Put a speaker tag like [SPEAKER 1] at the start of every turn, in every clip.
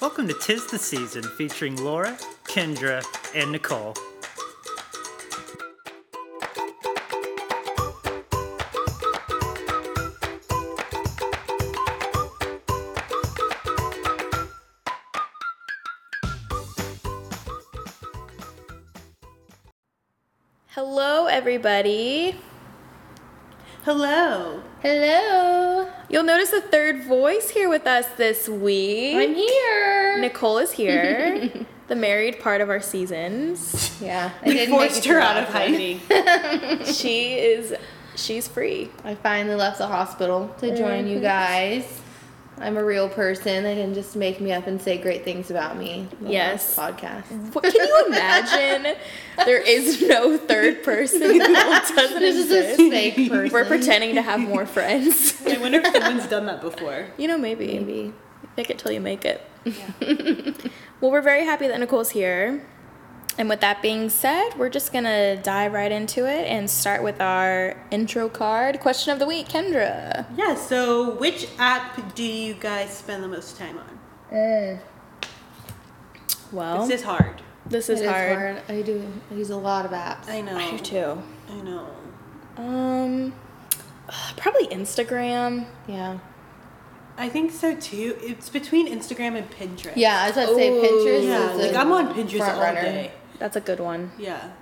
[SPEAKER 1] Welcome to Tis the Season featuring Laura, Kendra, and Nicole.
[SPEAKER 2] Hello, everybody.
[SPEAKER 3] Hello.
[SPEAKER 4] Hello,
[SPEAKER 2] You'll notice a third voice here with us this week.
[SPEAKER 4] I'm here.
[SPEAKER 2] Nicole is here, the married part of our seasons.
[SPEAKER 4] yeah, I
[SPEAKER 3] We
[SPEAKER 4] didn't make
[SPEAKER 3] forced
[SPEAKER 4] it to
[SPEAKER 3] her
[SPEAKER 4] the
[SPEAKER 3] out
[SPEAKER 4] last
[SPEAKER 3] of
[SPEAKER 4] one.
[SPEAKER 3] hiding.
[SPEAKER 2] She is, she's free.
[SPEAKER 4] I finally left the hospital to join you guys. I'm a real person. They didn't just make me up and say great things about me. on the
[SPEAKER 2] Yes.
[SPEAKER 4] last podcast.
[SPEAKER 2] What, can you imagine? there is no third person. Nicole doesn't
[SPEAKER 4] This is
[SPEAKER 2] exist.
[SPEAKER 4] this fake person.
[SPEAKER 2] We're pretending to have more friends.
[SPEAKER 3] I wonder if someone's done that before.
[SPEAKER 2] You know, maybe.
[SPEAKER 4] Maybe.
[SPEAKER 2] Fake it till you make it. well, we're very happy that Nicole's here. And with that being said, we're just going to dive right into it and start with our intro card question of the week, Kendra.
[SPEAKER 3] Yeah, so which app do you guys spend the most time on?
[SPEAKER 4] Eh,
[SPEAKER 2] Well,
[SPEAKER 4] Oh.
[SPEAKER 3] This is hard.
[SPEAKER 2] this
[SPEAKER 4] it
[SPEAKER 2] is
[SPEAKER 4] is
[SPEAKER 2] hard.
[SPEAKER 4] hard. I do. I use a lot of apps.
[SPEAKER 3] I know.
[SPEAKER 2] I do too.
[SPEAKER 3] I know.
[SPEAKER 2] Um, probably Instagram.
[SPEAKER 4] yeah.
[SPEAKER 3] I think so too. It's between Instagram and Pinterest.
[SPEAKER 4] Yeah, I was about to say
[SPEAKER 2] Ooh.
[SPEAKER 4] Pinterest.
[SPEAKER 3] Yeah,
[SPEAKER 4] is
[SPEAKER 3] like
[SPEAKER 4] a
[SPEAKER 3] I'm on Pinterest
[SPEAKER 4] front
[SPEAKER 3] all
[SPEAKER 4] runner.
[SPEAKER 3] day.
[SPEAKER 2] That's a good one.
[SPEAKER 3] Yeah.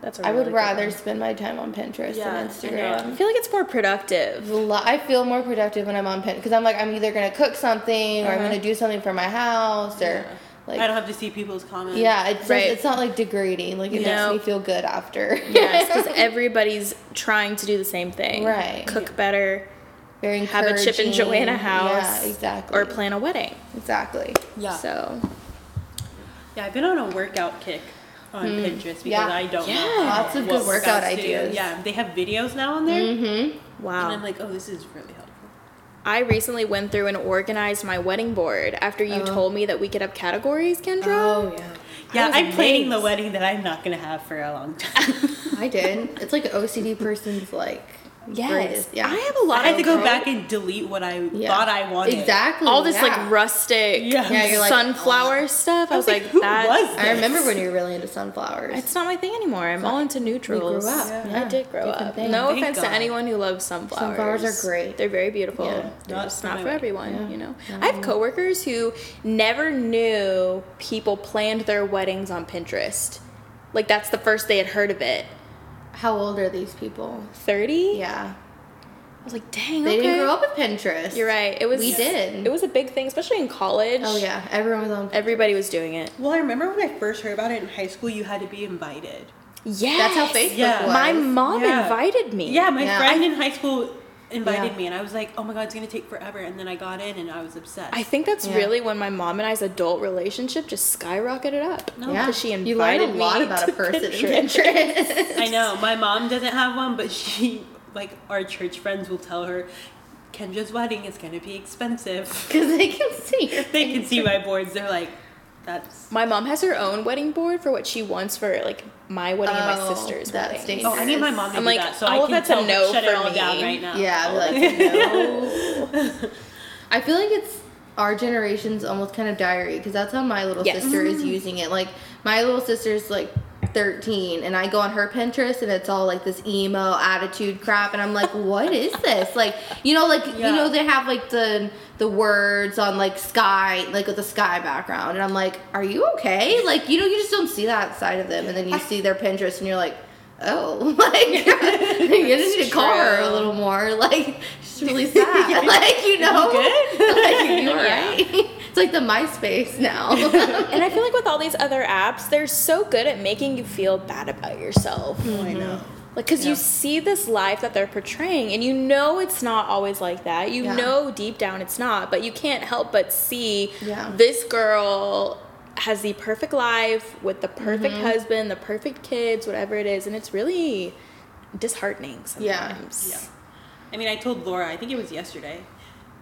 [SPEAKER 2] That's a
[SPEAKER 4] I
[SPEAKER 2] really
[SPEAKER 4] would
[SPEAKER 2] good
[SPEAKER 4] rather
[SPEAKER 2] one.
[SPEAKER 4] spend my time on Pinterest
[SPEAKER 3] Yeah,
[SPEAKER 4] than
[SPEAKER 3] I know.
[SPEAKER 2] I
[SPEAKER 4] Instagram.
[SPEAKER 2] feel like it's more productive.
[SPEAKER 4] It's a lot- I feel more productive when I'm on Pinterest because I'm like I'm either gonna cook something or I'm
[SPEAKER 2] Uh-huh.
[SPEAKER 4] gonna do something for my house or like
[SPEAKER 3] I don't have to see people's comments.
[SPEAKER 4] Yeah, it's
[SPEAKER 2] Right.
[SPEAKER 4] it's not like degrading. Like it
[SPEAKER 2] No.
[SPEAKER 4] makes me feel good after.
[SPEAKER 2] yes, because everybody's trying to do the same thing.
[SPEAKER 4] Right.
[SPEAKER 2] Cook better.
[SPEAKER 4] Very
[SPEAKER 2] have a Chip and
[SPEAKER 4] encouraging.
[SPEAKER 2] Joanna house.
[SPEAKER 4] Yeah, exactly.
[SPEAKER 2] Or plan a wedding.
[SPEAKER 4] Exactly.
[SPEAKER 3] Yeah.
[SPEAKER 2] So,
[SPEAKER 3] Yeah, I've been on a workout kick on Pinterest because
[SPEAKER 4] Hmm. Yeah.
[SPEAKER 3] I don't
[SPEAKER 2] Yeah.
[SPEAKER 3] know.
[SPEAKER 4] Lots of good
[SPEAKER 3] what
[SPEAKER 4] workout
[SPEAKER 3] workouts to do.
[SPEAKER 4] ideas. Mm-hmm.
[SPEAKER 3] Yeah, they have videos now on there. And I'm
[SPEAKER 2] wow.
[SPEAKER 3] like, oh, this is really helpful.
[SPEAKER 2] I recently went through and organized my wedding board after you told me that we could have categories, Kendra.
[SPEAKER 4] Oh yeah,
[SPEAKER 3] Yeah,
[SPEAKER 2] was
[SPEAKER 3] I'm planning the
[SPEAKER 2] amazed.
[SPEAKER 3] wedding that I'm not going to have for a long time.
[SPEAKER 4] I did. It's like an OCD person's like.
[SPEAKER 2] yes.
[SPEAKER 4] greatest- Yeah.
[SPEAKER 2] I have a lot
[SPEAKER 3] I had
[SPEAKER 2] of
[SPEAKER 3] to go
[SPEAKER 2] girl-
[SPEAKER 3] back and delete what I
[SPEAKER 4] Yeah.
[SPEAKER 3] thought I wanted.
[SPEAKER 4] Exactly.
[SPEAKER 2] all this
[SPEAKER 4] yeah.
[SPEAKER 2] like rustic
[SPEAKER 3] Yeah. Yeah,
[SPEAKER 4] you're like, "Oh,
[SPEAKER 2] sunflower stuff. I was like,
[SPEAKER 3] who
[SPEAKER 2] that
[SPEAKER 3] was
[SPEAKER 4] I remember when you were really into sunflowers.
[SPEAKER 2] It's not my thing anymore. I'm all into neutrals.
[SPEAKER 4] up, yeah.
[SPEAKER 2] I did grow
[SPEAKER 4] Different
[SPEAKER 2] up.
[SPEAKER 4] thing.
[SPEAKER 2] No
[SPEAKER 3] Thank
[SPEAKER 2] offense to
[SPEAKER 3] God.
[SPEAKER 2] anyone who loves sunflowers.
[SPEAKER 4] Sunflowers are great.
[SPEAKER 2] They're very beautiful.
[SPEAKER 4] Yeah.
[SPEAKER 2] They're
[SPEAKER 3] Not
[SPEAKER 2] just
[SPEAKER 3] for
[SPEAKER 2] not
[SPEAKER 3] my
[SPEAKER 2] for
[SPEAKER 3] wedding.
[SPEAKER 2] everyone,
[SPEAKER 4] Yeah.
[SPEAKER 2] you know. I have coworkers who never knew people planned their weddings on Pinterest. Like that's the first they had heard of it.
[SPEAKER 4] How old are these people?
[SPEAKER 2] 30?
[SPEAKER 4] Yeah,
[SPEAKER 2] I was like, dang,
[SPEAKER 4] they
[SPEAKER 2] okay.
[SPEAKER 4] didn't grow up with Pinterest.
[SPEAKER 2] You're right. It was
[SPEAKER 4] We did.
[SPEAKER 2] It was a big thing, especially in college.
[SPEAKER 4] Oh yeah, everyone was on.
[SPEAKER 2] Everybody was doing it.
[SPEAKER 3] Well, I remember when I first heard about it in high school, you had to be invited.
[SPEAKER 2] Yes.
[SPEAKER 4] That's how Facebook
[SPEAKER 3] Yeah.
[SPEAKER 4] was.
[SPEAKER 2] My mom
[SPEAKER 3] Yeah.
[SPEAKER 2] invited me.
[SPEAKER 3] Yeah, my
[SPEAKER 4] Yeah.
[SPEAKER 3] friend in high school invited
[SPEAKER 4] Yeah.
[SPEAKER 3] me, and I was like, oh my God, it's going to take forever. And then I got in and I was obsessed.
[SPEAKER 2] I think that's
[SPEAKER 4] Yeah.
[SPEAKER 2] really when my mom and I's adult relationship just skyrocketed up.
[SPEAKER 3] No.
[SPEAKER 4] Yeah,
[SPEAKER 2] 'Cause she invited
[SPEAKER 4] you learn a
[SPEAKER 2] me
[SPEAKER 4] lot about a
[SPEAKER 2] to
[SPEAKER 4] person in
[SPEAKER 2] Pinterest.
[SPEAKER 4] Pinterest.
[SPEAKER 3] I know. My mom doesn't have one, but she, like, our church friends will tell her, Kendra's wedding is going to be expensive.
[SPEAKER 4] because they can see. your
[SPEAKER 3] they can see my boards. They're like, that's.
[SPEAKER 2] My mom has her own wedding board for what she wants for like my wedding and my
[SPEAKER 4] Oh,
[SPEAKER 2] sister's
[SPEAKER 4] that's
[SPEAKER 2] wedding.
[SPEAKER 4] dangerous.
[SPEAKER 3] Oh, I need my mom to
[SPEAKER 2] I'm
[SPEAKER 3] do
[SPEAKER 2] like,
[SPEAKER 3] that so
[SPEAKER 2] all
[SPEAKER 3] I
[SPEAKER 2] of
[SPEAKER 3] can
[SPEAKER 2] that's a
[SPEAKER 3] tell,
[SPEAKER 2] no
[SPEAKER 3] shut
[SPEAKER 2] for
[SPEAKER 3] it all
[SPEAKER 2] me.
[SPEAKER 3] down right now.
[SPEAKER 4] Yeah, I'd be like, no. I feel like it's our generation's almost kind of diary because that's how my little
[SPEAKER 2] Yes.
[SPEAKER 4] sister
[SPEAKER 3] Mm-hmm.
[SPEAKER 4] is using it. Like my little sister's like 13 and I go on her Pinterest and it's all like this emo attitude crap and I'm like what is this? Like you know like
[SPEAKER 3] Yeah.
[SPEAKER 4] you know they have like the the words on like sky like with the sky background and I'm like are you okay? Like you know you just don't see that side of them and then you see their Pinterest and you're like oh like you just need to call her a
[SPEAKER 2] True.
[SPEAKER 4] little more. Like she's really sad. Like you know,
[SPEAKER 3] good?
[SPEAKER 4] like you
[SPEAKER 2] Yeah.
[SPEAKER 4] right. It's like the MySpace now.
[SPEAKER 2] And I feel like with all these other apps, they're so good at making you feel bad about yourself.
[SPEAKER 4] Hmm.
[SPEAKER 3] I know.
[SPEAKER 2] Like, because you see this life that they're portraying, and you know it's not always like that. You
[SPEAKER 4] Yeah.
[SPEAKER 2] know deep down it's not, but you can't help but see
[SPEAKER 4] Yeah.
[SPEAKER 2] this girl has the perfect life with the perfect
[SPEAKER 4] Mm-hmm.
[SPEAKER 2] husband, the perfect kids, whatever it is, and it's really disheartening
[SPEAKER 4] Yeah.
[SPEAKER 2] sometimes.
[SPEAKER 3] Yeah. I mean, I told Laura, I think it was yesterday,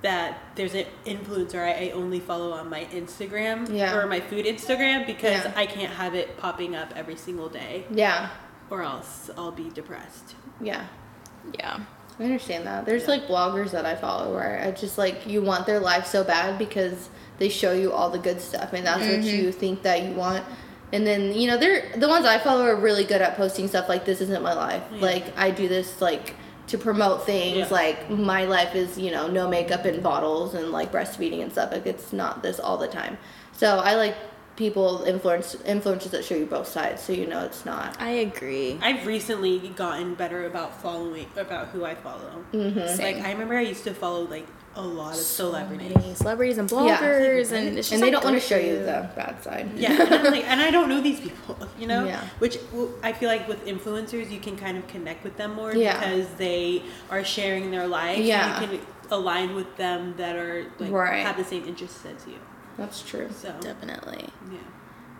[SPEAKER 3] that there's an influencer I, I only follow on my Instagram
[SPEAKER 4] Yeah.
[SPEAKER 3] or my food Instagram because
[SPEAKER 4] Yeah.
[SPEAKER 3] I can't have it popping up every single day
[SPEAKER 4] yeah,
[SPEAKER 3] or else I'll be depressed.
[SPEAKER 4] yeah.
[SPEAKER 2] Yeah.
[SPEAKER 4] I understand that. There's like bloggers that I follow where I just like you want their life so bad because they show you all the good stuff and that's what
[SPEAKER 2] Mm-hmm.
[SPEAKER 4] you think that you want. And then you know they're the ones I follow are really good at posting stuff like this isn't my life. Like I do this like to promote things
[SPEAKER 3] Yeah.
[SPEAKER 4] like my life is you know no makeup and bottles and like breastfeeding and stuff. Like it's not this all the time. So I like people influence influencers that show you both sides so you know it's not.
[SPEAKER 2] I agree.
[SPEAKER 3] I've recently gotten better about following about who I follow.
[SPEAKER 4] Mm-hmm.
[SPEAKER 3] It's Like
[SPEAKER 2] Same.
[SPEAKER 3] I remember I used to follow like a lot of celebrities.
[SPEAKER 2] Celebrities and bloggers,
[SPEAKER 3] Yeah.
[SPEAKER 2] and it's just
[SPEAKER 4] And they
[SPEAKER 2] like,
[SPEAKER 4] don't want to
[SPEAKER 2] go
[SPEAKER 4] show you
[SPEAKER 2] through-
[SPEAKER 4] the bad side.
[SPEAKER 3] Yeah, and I'm like, and I don't know these people, you know.
[SPEAKER 4] Yeah.
[SPEAKER 3] Which well, I feel like with influencers, you can kind of connect with them more
[SPEAKER 4] Yeah.
[SPEAKER 3] because they are sharing their life. and
[SPEAKER 4] Yeah.
[SPEAKER 3] You can align with them that are like
[SPEAKER 4] Right.
[SPEAKER 3] have the same interests as you.
[SPEAKER 4] That's true.
[SPEAKER 3] So
[SPEAKER 2] Definitely.
[SPEAKER 3] yeah,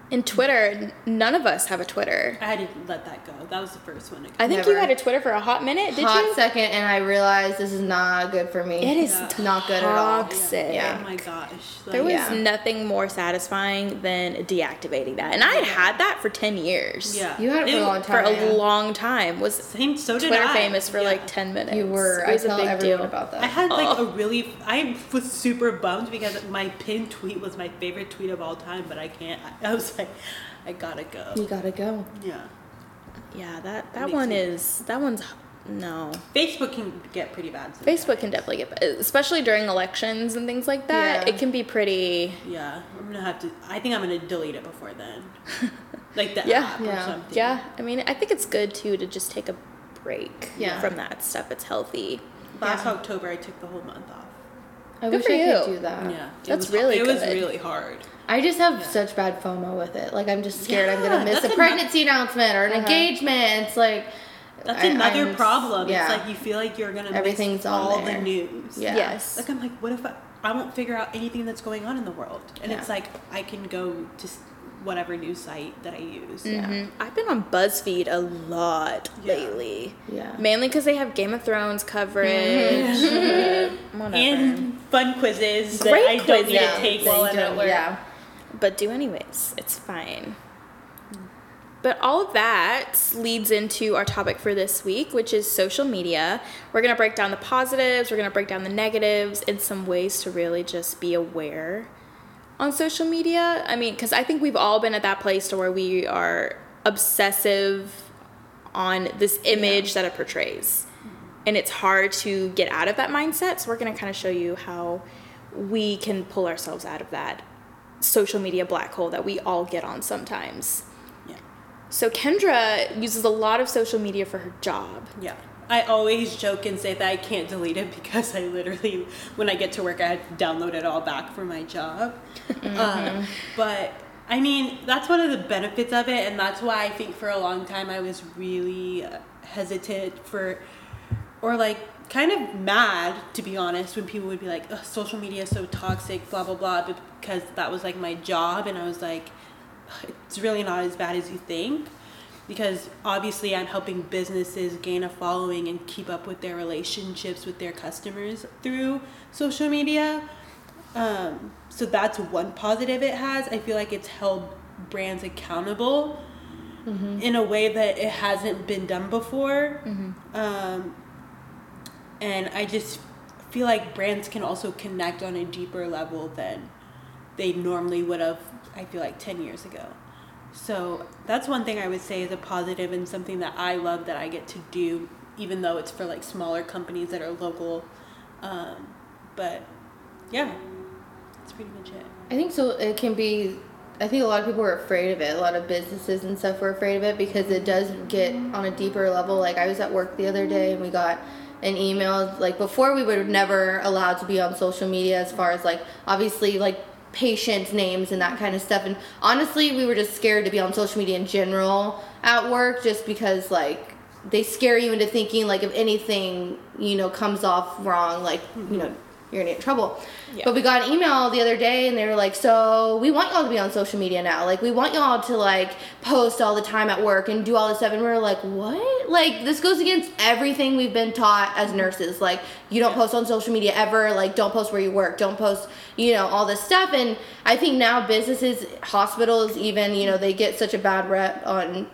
[SPEAKER 2] And Twitter, none of us have a Twitter.
[SPEAKER 3] I had to let that go. That was the first one.
[SPEAKER 2] I think you
[SPEAKER 4] Never.
[SPEAKER 2] had a Twitter for a hot minute, did
[SPEAKER 4] hot
[SPEAKER 2] you?
[SPEAKER 4] second, and I realized this is not good for me.
[SPEAKER 2] It is
[SPEAKER 3] Yeah.
[SPEAKER 4] not good at all.
[SPEAKER 2] toxic.
[SPEAKER 4] Yeah.
[SPEAKER 3] Oh my gosh. Like,
[SPEAKER 2] There was
[SPEAKER 4] Yeah.
[SPEAKER 2] nothing more satisfying than deactivating that. And I had had that for 10 years.
[SPEAKER 3] Yeah.
[SPEAKER 4] You had it for a long
[SPEAKER 2] For
[SPEAKER 4] time.
[SPEAKER 2] a
[SPEAKER 4] yeah.
[SPEAKER 2] long time. Was
[SPEAKER 3] Same. So did
[SPEAKER 2] Twitter
[SPEAKER 3] I.
[SPEAKER 2] famous for
[SPEAKER 3] Yeah.
[SPEAKER 2] like 10 minutes.
[SPEAKER 4] You were.
[SPEAKER 2] It was
[SPEAKER 4] I
[SPEAKER 2] a
[SPEAKER 4] tell
[SPEAKER 2] big
[SPEAKER 4] everyone
[SPEAKER 2] deal.
[SPEAKER 4] about that.
[SPEAKER 3] I had like
[SPEAKER 2] Oh.
[SPEAKER 3] a really. I was super bummed because my pinned tweet was my favorite tweet of all time, but I can't. I, I was like, I gotta go.
[SPEAKER 4] you gotta go.
[SPEAKER 3] Yeah.
[SPEAKER 2] Yeah, that, that
[SPEAKER 3] Makes
[SPEAKER 2] one
[SPEAKER 3] me-
[SPEAKER 2] is. That one's. No.
[SPEAKER 3] Facebook can get pretty bad. sometimes.
[SPEAKER 2] Facebook can definitely get. Especially during elections and things like that.
[SPEAKER 4] Yeah.
[SPEAKER 2] It can be pretty.
[SPEAKER 3] Yeah, I'm gonna have to. I think I'm gonna delete it before then. Like the
[SPEAKER 2] Yeah.
[SPEAKER 3] app
[SPEAKER 4] Yeah.
[SPEAKER 3] or something.
[SPEAKER 2] Yeah. I mean, I think it's good too to just take a break
[SPEAKER 4] Yeah.
[SPEAKER 2] from that stuff. It's healthy.
[SPEAKER 3] Last
[SPEAKER 4] Yeah.
[SPEAKER 3] October, I took the whole month off.
[SPEAKER 4] I
[SPEAKER 2] Good
[SPEAKER 4] wish
[SPEAKER 2] for
[SPEAKER 4] I could
[SPEAKER 2] you.
[SPEAKER 4] do that.
[SPEAKER 3] Yeah, it
[SPEAKER 2] That's
[SPEAKER 3] was,
[SPEAKER 2] really
[SPEAKER 3] It was
[SPEAKER 2] good.
[SPEAKER 3] really hard.
[SPEAKER 4] I just have such bad FOMO with it. Like I'm just scared I'm gonna
[SPEAKER 3] Yeah,
[SPEAKER 4] miss
[SPEAKER 3] that's
[SPEAKER 4] a
[SPEAKER 3] another-
[SPEAKER 4] pregnancy announcement or an
[SPEAKER 2] Uh-huh.
[SPEAKER 4] engagement. It's like
[SPEAKER 3] That's
[SPEAKER 4] I-
[SPEAKER 3] another
[SPEAKER 4] I'm-
[SPEAKER 3] problem.
[SPEAKER 4] Yeah.
[SPEAKER 3] It's like you feel like you're gonna
[SPEAKER 4] Everything's
[SPEAKER 3] miss
[SPEAKER 4] on
[SPEAKER 3] all
[SPEAKER 4] there.
[SPEAKER 3] the news.
[SPEAKER 4] Yeah.
[SPEAKER 2] Yes.
[SPEAKER 3] Like I'm like, what if I, I won't figure out anything that's going on in the world? And
[SPEAKER 4] Yeah.
[SPEAKER 3] it's like I can go to s- whatever news site that I use.
[SPEAKER 2] Mhm. I've been on BuzzFeed a lot
[SPEAKER 3] Yeah.
[SPEAKER 2] lately.
[SPEAKER 4] Yeah.
[SPEAKER 2] Mainly because they have Game of Thrones coverage. uh,
[SPEAKER 4] Mm-hmm.
[SPEAKER 2] whatever.
[SPEAKER 3] And fun quizzes
[SPEAKER 2] Great
[SPEAKER 3] that I don't need
[SPEAKER 2] quizzes.
[SPEAKER 3] to take
[SPEAKER 4] they
[SPEAKER 3] while I'm
[SPEAKER 4] do,
[SPEAKER 3] at work.
[SPEAKER 4] Yeah.
[SPEAKER 2] but do anyways. It's fine. But all of that leads into our topic for this week, which is social media. We're going to break down the positives, we're going to break down the negatives, and some ways to really just be aware on social media. I mean, because I think we've all been at that place to where we are obsessive on this image that it portrays. And it's hard to get out of that mindset. So, we're going to kind of show you how we can pull ourselves out of that social media black hole that we all get on sometimes.
[SPEAKER 3] Yeah.
[SPEAKER 2] So Kendra uses a lot of social media for her job.
[SPEAKER 3] Yeah. I always joke and say that I can't delete it because I literally, when I get to work, I have to download it all back for my job. Um, but I mean, that's one of the benefits of it, and that's why I think for a long time I was really uh, hesitant for, or like kind of mad, to be honest, when people would be like, Ugh, social media is so toxic, blah, blah, blah, but because that was like my job, and I was like, it's really not as bad as you think because obviously I'm helping businesses gain a following and keep up with their relationships with their customers through social media. Um, so that's one positive it has. I feel like it's held brands accountable in a way that it hasn't been done before. Um, and I just feel like brands can also connect on a deeper level than they normally would have, I feel like, 10 years ago. So that's one thing I would say is a positive and something that I love that I get to do, even though it's for like smaller companies that are local. Um, but yeah, that's pretty much it.
[SPEAKER 4] I think so. It can be. I think a lot of people are afraid of it. A lot of businesses and stuff were afraid of it because it does get on a deeper level. Like I was at work the other day and we got an email. Like before, we were never allowed to be on social media as far as like obviously like patients' names and that kind of stuff. And honestly, we were just scared to be on social media in general at work just because like they scare you into thinking like if anything you know comes off wrong, like you know you're gonna get in trouble.
[SPEAKER 2] Yeah.
[SPEAKER 4] But we got an email the other day and they were like, So we want y'all to be on social media now. Like we want y'all to like post all the time at work and do all this stuff and we were like, What? Like this goes against everything we've been taught as nurses. Like you don't post on social media ever, like don't post where you work, don't post, you know, all this stuff and I think now businesses, hospitals even, you know, they get such a bad rep on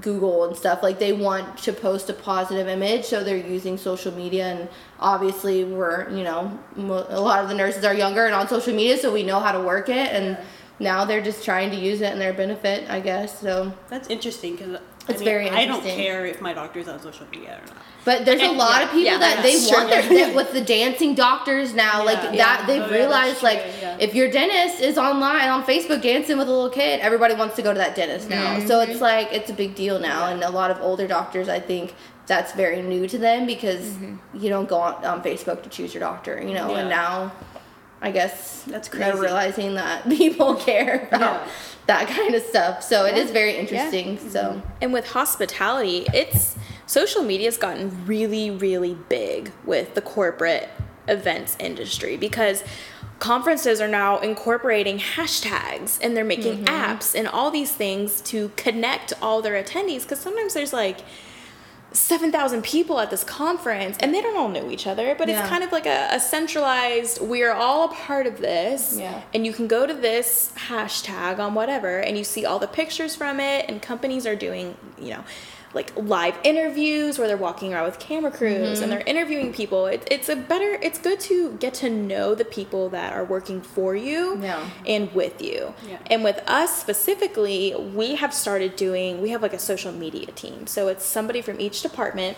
[SPEAKER 4] Google and stuff. Like they want to post a positive image, so they're using social media. And obviously, we're you know mo- a lot of the nurses are younger and on social media, so we know how to work it. And now they're just trying to use it in their benefit, I guess. So,
[SPEAKER 3] That's interesting because
[SPEAKER 4] It's very
[SPEAKER 3] I don't
[SPEAKER 4] interesting.
[SPEAKER 3] care if my doctor's on social media or not.
[SPEAKER 4] but there's a
[SPEAKER 3] And-
[SPEAKER 4] lot
[SPEAKER 3] yeah,
[SPEAKER 4] of people
[SPEAKER 2] yeah,
[SPEAKER 4] that they
[SPEAKER 2] that's true.
[SPEAKER 4] want their that with the dancing doctors now. like
[SPEAKER 3] Yeah.
[SPEAKER 4] that,
[SPEAKER 3] Yeah.
[SPEAKER 4] they've
[SPEAKER 3] Oh, yeah, that's
[SPEAKER 4] realized
[SPEAKER 3] true,
[SPEAKER 4] like
[SPEAKER 3] yeah.
[SPEAKER 4] if your dentist is online on Facebook dancing with a little kid, everybody wants to go to that dentist now.
[SPEAKER 3] Mm-hmm.
[SPEAKER 4] So it's like it's a big deal now, and a lot of older doctors, I think. That's very new to them because you don't go on, on Facebook to choose your doctor, you know. And
[SPEAKER 3] Mm-hmm. Yeah.
[SPEAKER 4] now, I guess
[SPEAKER 3] That's
[SPEAKER 4] they're
[SPEAKER 3] crazy.
[SPEAKER 4] realizing that people care about
[SPEAKER 3] Yeah.
[SPEAKER 4] that kind of stuff. So it is very interesting.
[SPEAKER 3] Mm-hmm.
[SPEAKER 4] So
[SPEAKER 2] And with hospitality, it's social media's gotten really, really big with the corporate events industry because conferences are now incorporating hashtags and they're making apps and all these things to connect all their attendees because sometimes there's like 7,000 people at this conference and they don't all know each other, but
[SPEAKER 4] Yeah.
[SPEAKER 2] it's kind of like a, a centralized, we are all a part of this.
[SPEAKER 4] Yeah.
[SPEAKER 2] And you can go to this hashtag on whatever and you see all the pictures from it, and companies are doing, you know, like live interviews where they're walking around with camera crews and they're interviewing people. It, it's a better, it's good to get to know the people that are working for you
[SPEAKER 4] Yeah.
[SPEAKER 2] and with you.
[SPEAKER 3] Yeah.
[SPEAKER 2] And with us specifically, we have started doing, we have like a social media team. So it's somebody from each department.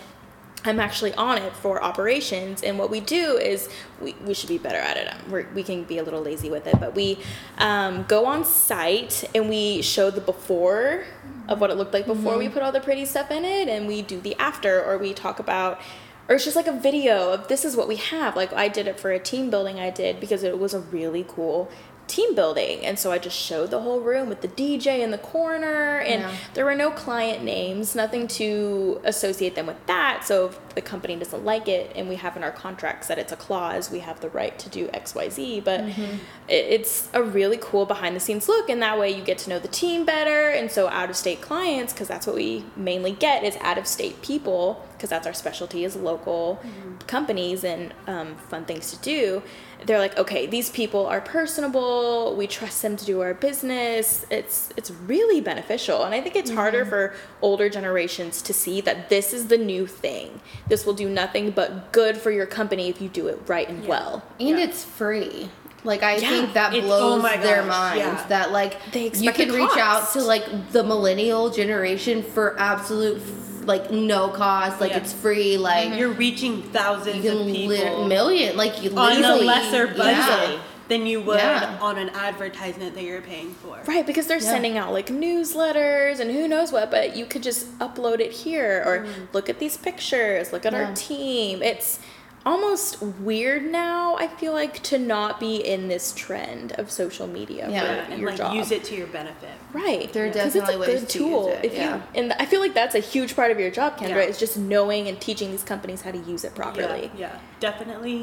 [SPEAKER 2] I'm actually on it for operations, and what we do is we, we should be better at it. Um, We're, we can be a little lazy with it, but we um, go on site and we show the before of what it looked like before we put all the pretty stuff in it, and we do the after, or we talk about or it's just like a video of this is what we have. Like I did it for a team building I did because it was a really cool team building. And so I just showed the whole room with the DJ in the corner and
[SPEAKER 4] Yeah.
[SPEAKER 2] there were no client names, nothing to associate them with that. So if the company doesn't like it and we have in our contracts that it's a clause, we have the right to do XYZ, but it, it's a really cool behind the scenes look and that way you get to know the team better and so out of state clients because that's what we mainly get is out of state people because that's our specialty is local companies and um, fun things to do they're like okay these people are personable we trust them to do our business it's it's really beneficial and i think it's harder for older generations to see that this is the new thing this will do nothing but good for your company if you do it right and well
[SPEAKER 4] And it's free. Like I
[SPEAKER 2] Yeah,
[SPEAKER 4] think that
[SPEAKER 3] it's-
[SPEAKER 4] blows
[SPEAKER 3] oh my
[SPEAKER 4] their
[SPEAKER 3] gosh,
[SPEAKER 4] minds
[SPEAKER 3] yeah.
[SPEAKER 4] that like
[SPEAKER 2] They
[SPEAKER 4] you
[SPEAKER 2] expect
[SPEAKER 4] can
[SPEAKER 2] a
[SPEAKER 4] reach out
[SPEAKER 2] cost.
[SPEAKER 4] to like the millennial generation for absolute f- like no cost, like
[SPEAKER 3] Yeah.
[SPEAKER 4] it's free, like
[SPEAKER 3] You're reaching thousands
[SPEAKER 4] you
[SPEAKER 3] of
[SPEAKER 4] can
[SPEAKER 3] people
[SPEAKER 4] lit- million like you
[SPEAKER 3] on a
[SPEAKER 4] easily-
[SPEAKER 3] lesser budget
[SPEAKER 4] Yeah.
[SPEAKER 3] than you would
[SPEAKER 4] Yeah.
[SPEAKER 3] on an advertisement that you're paying for.
[SPEAKER 2] Right, because they're
[SPEAKER 4] Yeah.
[SPEAKER 2] sending out like newsletters and who knows what, but you could just upload it here or look at these pictures, look at
[SPEAKER 4] Yeah.
[SPEAKER 2] our team. It's almost weird now, I feel like, to not be in this trend of social media
[SPEAKER 4] Yeah,
[SPEAKER 2] for
[SPEAKER 3] and
[SPEAKER 2] your
[SPEAKER 3] like
[SPEAKER 2] job.
[SPEAKER 3] use it to your benefit.
[SPEAKER 2] Right.
[SPEAKER 4] There are
[SPEAKER 2] 'Cause
[SPEAKER 4] definitely ways to use it,
[SPEAKER 2] If
[SPEAKER 4] yeah.
[SPEAKER 2] you and I feel like that's a huge part of your job, Kendra,
[SPEAKER 3] Yeah.
[SPEAKER 2] is just knowing and teaching these companies how to use it properly.
[SPEAKER 3] Yeah, yeah. definitely.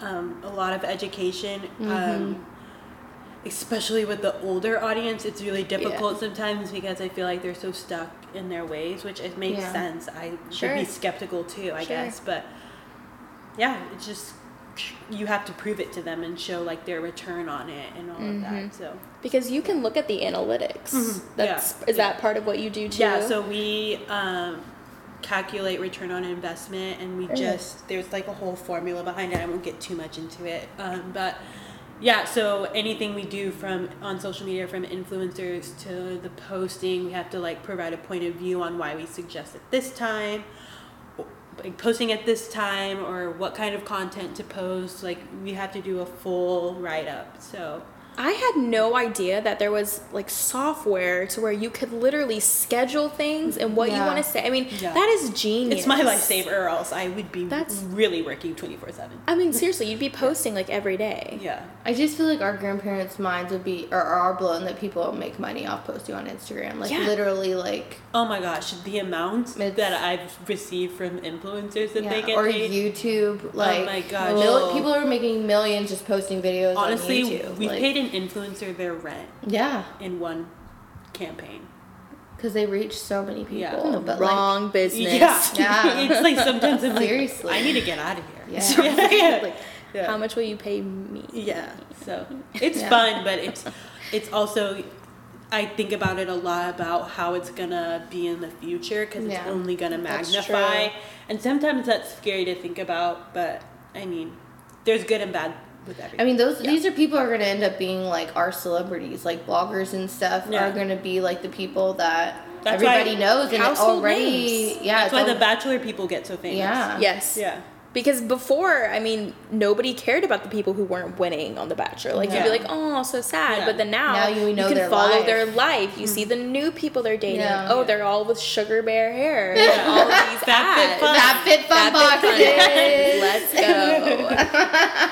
[SPEAKER 3] Um, a lot of education,
[SPEAKER 2] Mm-hmm.
[SPEAKER 3] um, especially with the older audience, it's really difficult sometimes because I feel like they're so stuck in their ways, which it makes
[SPEAKER 4] Yeah.
[SPEAKER 3] sense. I should
[SPEAKER 2] Sure.
[SPEAKER 3] be skeptical too, I
[SPEAKER 2] Sure.
[SPEAKER 3] guess, but yeah, it's just you have to prove it to them and show like their return on it and all of that.
[SPEAKER 2] Mm-hmm.
[SPEAKER 3] So
[SPEAKER 2] Because you can look at the analytics. That's
[SPEAKER 3] Yeah.
[SPEAKER 2] is that part of what you do too?
[SPEAKER 3] Yeah, so we um, calculate return on investment, and
[SPEAKER 2] Mm.
[SPEAKER 3] we just there's like a whole formula behind it. I won't get too much into it, um, but yeah, so anything we do from on social media, from influencers to the posting, we have to like provide a point of view on why we suggest it this time. Like posting at this time, or what kind of content to post, like we have to do a full write up. So,
[SPEAKER 2] I had no idea that there was like software to where you could literally schedule things and what you
[SPEAKER 4] Yeah.
[SPEAKER 2] want to say. I mean,
[SPEAKER 3] Yeah.
[SPEAKER 2] that is genius.
[SPEAKER 3] it's my lifesaver, or else I would be
[SPEAKER 2] That's-
[SPEAKER 3] really working 24 7.
[SPEAKER 2] I mean, seriously, you'd be posting like every day.
[SPEAKER 3] Yeah.
[SPEAKER 4] I just feel like our grandparents' minds would be or are blown that people make money off posting on Instagram. Like
[SPEAKER 2] Yeah.
[SPEAKER 4] literally like
[SPEAKER 3] Oh my gosh, the amount
[SPEAKER 4] It's-
[SPEAKER 3] that I've received from influencers that they
[SPEAKER 4] yeah,
[SPEAKER 3] get
[SPEAKER 4] or
[SPEAKER 3] paid. Oh
[SPEAKER 4] YouTube, like
[SPEAKER 3] my gosh.
[SPEAKER 4] mil-
[SPEAKER 3] Oh.
[SPEAKER 4] people are making millions just posting videos
[SPEAKER 3] Honestly,
[SPEAKER 4] on YouTube.
[SPEAKER 3] we
[SPEAKER 4] like,
[SPEAKER 3] paid an influencer their rent
[SPEAKER 4] Yeah.
[SPEAKER 3] in one campaign.
[SPEAKER 4] Because they reach so many people.
[SPEAKER 3] Yeah.
[SPEAKER 4] But like,
[SPEAKER 2] Wrong business.
[SPEAKER 4] Yeah.
[SPEAKER 3] Yeah, it's like sometimes I'm like,
[SPEAKER 4] Seriously.
[SPEAKER 3] I need to get out of here.
[SPEAKER 4] Yeah.
[SPEAKER 3] yeah.
[SPEAKER 2] Like,
[SPEAKER 3] Yeah.
[SPEAKER 2] how much will you pay me?
[SPEAKER 3] Yeah, so it's
[SPEAKER 4] Yeah.
[SPEAKER 3] fun, but it's it's also I think about it a lot about how it's gonna be in the future because
[SPEAKER 4] Yeah.
[SPEAKER 3] it's only gonna
[SPEAKER 2] That's
[SPEAKER 3] magnify.
[SPEAKER 2] true.
[SPEAKER 3] And sometimes that's scary to think about, but I mean, there's good and bad with everything.
[SPEAKER 4] I mean, those these are people who are going to end up being like our celebrities, like bloggers and stuff
[SPEAKER 3] Yeah.
[SPEAKER 4] are going to be like the people that
[SPEAKER 3] That's why
[SPEAKER 4] everybody knows and it
[SPEAKER 2] household
[SPEAKER 4] already.
[SPEAKER 2] names.
[SPEAKER 4] Yeah,
[SPEAKER 3] that's
[SPEAKER 4] it's
[SPEAKER 3] why
[SPEAKER 4] al-
[SPEAKER 3] the Bachelor people get so famous.
[SPEAKER 4] yeah,
[SPEAKER 2] Yes.
[SPEAKER 3] Yeah.
[SPEAKER 2] Because before, I mean, nobody cared about the people who weren't winning on The Bachelor. Like you'd
[SPEAKER 3] Yeah.
[SPEAKER 2] be like, "Oh, so sad."
[SPEAKER 3] Yeah. Mm-hmm.
[SPEAKER 2] But then now,
[SPEAKER 4] Now you know
[SPEAKER 2] can
[SPEAKER 4] their
[SPEAKER 2] follow
[SPEAKER 4] life.
[SPEAKER 2] their life. You see the new people they're dating.
[SPEAKER 4] Yeah.
[SPEAKER 2] Oh, they're all with sugar bear hair. and all these
[SPEAKER 3] That fit
[SPEAKER 2] ads.
[SPEAKER 3] fun.
[SPEAKER 4] that fit fun
[SPEAKER 2] That
[SPEAKER 4] boxes.
[SPEAKER 2] fit fun. Let's go.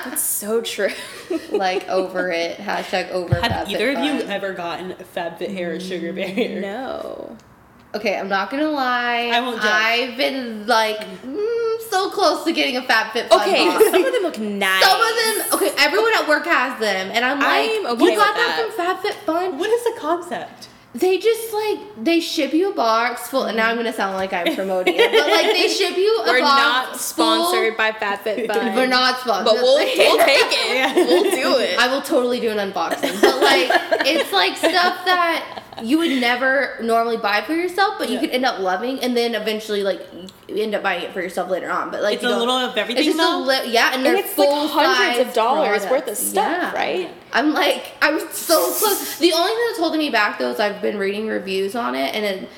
[SPEAKER 2] That's so true.
[SPEAKER 4] like over it. Hashtag over.
[SPEAKER 3] Have
[SPEAKER 4] FabFitFun.
[SPEAKER 3] either of you ever gotten FabFit hair or
[SPEAKER 4] Mm.
[SPEAKER 3] sugar bear hair?
[SPEAKER 2] No.
[SPEAKER 4] Okay, I'm not gonna lie.
[SPEAKER 3] I won't judge.
[SPEAKER 4] I've been like mm, so close to getting a fat fit. Fun
[SPEAKER 2] Okay,
[SPEAKER 4] box.
[SPEAKER 2] some of them look nice.
[SPEAKER 4] Some of them, okay, everyone at work has them, and I'm like,
[SPEAKER 2] I'm okay
[SPEAKER 4] you got
[SPEAKER 2] with
[SPEAKER 4] that, from FabFit Fun?
[SPEAKER 3] What is the concept?
[SPEAKER 4] They just like they ship you a box full. And now I'm gonna sound like I'm promoting it, but like they ship you a
[SPEAKER 2] We're
[SPEAKER 4] box.
[SPEAKER 2] not sponsored by FatFitFun.
[SPEAKER 4] Full, we're not sponsored,
[SPEAKER 2] But we'll, we'll take it.
[SPEAKER 3] Yeah.
[SPEAKER 2] We'll do it.
[SPEAKER 4] I will totally do an unboxing. But like it's like stuff that you would never normally buy for yourself, but you
[SPEAKER 3] Yeah.
[SPEAKER 4] could end up loving and then eventually like you end up buying it for yourself later on. But like
[SPEAKER 3] It's
[SPEAKER 4] you
[SPEAKER 3] a
[SPEAKER 4] don't-
[SPEAKER 3] little of everything,
[SPEAKER 4] It's just
[SPEAKER 3] though?
[SPEAKER 4] a li- yeah, and, they're
[SPEAKER 2] and it's like
[SPEAKER 4] full
[SPEAKER 2] hundreds
[SPEAKER 4] size
[SPEAKER 2] of dollars worth of
[SPEAKER 4] products.
[SPEAKER 2] stuff,
[SPEAKER 4] Yeah.
[SPEAKER 2] right?
[SPEAKER 4] I'm like, I'm so close. The only thing that's holding me back though is I've been reading reviews on it and it,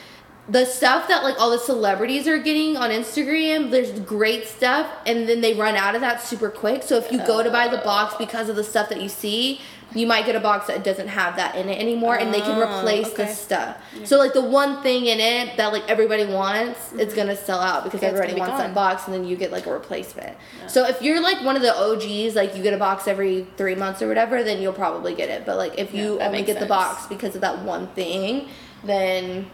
[SPEAKER 4] the stuff that like all the celebrities are getting on Instagram, there's great stuff and then they run out of that super quick. So if you go to buy the box because of the stuff that you see, you might get a box that doesn't have that in it anymore and they can
[SPEAKER 2] Oh,
[SPEAKER 4] replace the
[SPEAKER 2] okay.
[SPEAKER 4] stuff. So like the one thing in it that like everybody wants, it's gonna sell out because
[SPEAKER 2] Yeah, Mm-hmm. it's
[SPEAKER 4] everybody
[SPEAKER 2] gonna be
[SPEAKER 4] wants
[SPEAKER 2] gone.
[SPEAKER 4] that box box and then you get like a replacement. So if you're like one of the OGs, like you get a box every three months or whatever, then you'll probably get it. But like if you
[SPEAKER 2] that
[SPEAKER 4] only
[SPEAKER 2] makes
[SPEAKER 4] get the
[SPEAKER 2] sense.
[SPEAKER 4] box because of that one thing, then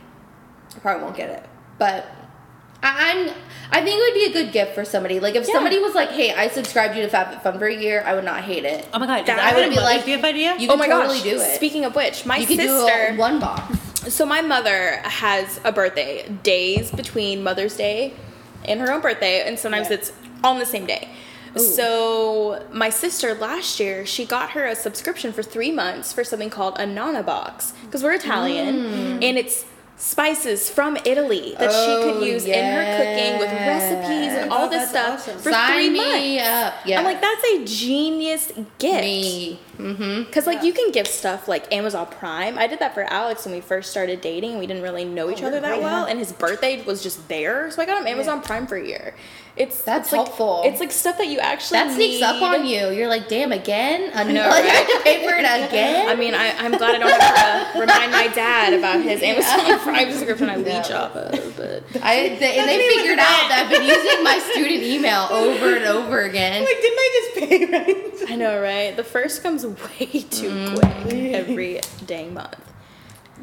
[SPEAKER 4] you probably won't get it. But I- I'm I think it would be a good gift for somebody. Like if
[SPEAKER 2] Yeah.
[SPEAKER 4] somebody was like, "Hey, I subscribed you to FabFitFun for a year," I would not hate it.
[SPEAKER 3] Oh my god, is
[SPEAKER 2] That
[SPEAKER 3] that
[SPEAKER 2] I
[SPEAKER 3] what
[SPEAKER 2] would
[SPEAKER 3] a
[SPEAKER 4] be
[SPEAKER 3] Mother's
[SPEAKER 4] like,
[SPEAKER 3] Gift idea?
[SPEAKER 4] You
[SPEAKER 2] oh
[SPEAKER 4] could
[SPEAKER 2] my
[SPEAKER 4] totally
[SPEAKER 2] gosh!
[SPEAKER 4] do it.
[SPEAKER 2] Speaking of which, my
[SPEAKER 4] you could
[SPEAKER 2] sister.
[SPEAKER 4] do a one box.
[SPEAKER 2] so my mother has a birthday days between Mother's Day and her own birthday, and sometimes
[SPEAKER 3] Yeah.
[SPEAKER 2] it's on the same day. So my sister last year she got her a subscription for three months for something called a nana box because we're Italian and it's spices from Italy that she
[SPEAKER 4] Mm. Oh,
[SPEAKER 2] could use in her cooking with recipes and all
[SPEAKER 3] Oh,
[SPEAKER 2] this stuff
[SPEAKER 3] that's awesome.
[SPEAKER 2] for
[SPEAKER 4] Sign
[SPEAKER 2] three
[SPEAKER 4] me
[SPEAKER 2] months.
[SPEAKER 4] up. Yeah,
[SPEAKER 2] I'm like that's a genius gift.
[SPEAKER 4] me. Mm-hmm.
[SPEAKER 2] Because, like, you can give stuff like Amazon Prime. I did that for Alex when we first started dating. We didn't really know each other that
[SPEAKER 4] great.
[SPEAKER 2] well, and his birthday was just there. So I got him Amazon Prime for a year. It's
[SPEAKER 4] That's
[SPEAKER 2] it's like,
[SPEAKER 4] helpful.
[SPEAKER 2] It's like stuff that you actually
[SPEAKER 4] That sneaks up
[SPEAKER 2] need.
[SPEAKER 4] on you. You're like, damn, again? I know.
[SPEAKER 2] know,
[SPEAKER 4] Like, I have to pay for it again?
[SPEAKER 2] I mean, I, I'm glad I don't have to remind my dad about his Amazon Prime subscription I leech
[SPEAKER 4] Yeah.
[SPEAKER 2] off of. But
[SPEAKER 4] I, they, and they
[SPEAKER 3] even
[SPEAKER 4] figured out that I've been using my student email over and over again.
[SPEAKER 3] Like, didn't I just pay rent?
[SPEAKER 2] I know, right? The first comes way too
[SPEAKER 4] Mm.
[SPEAKER 2] quick every dang month.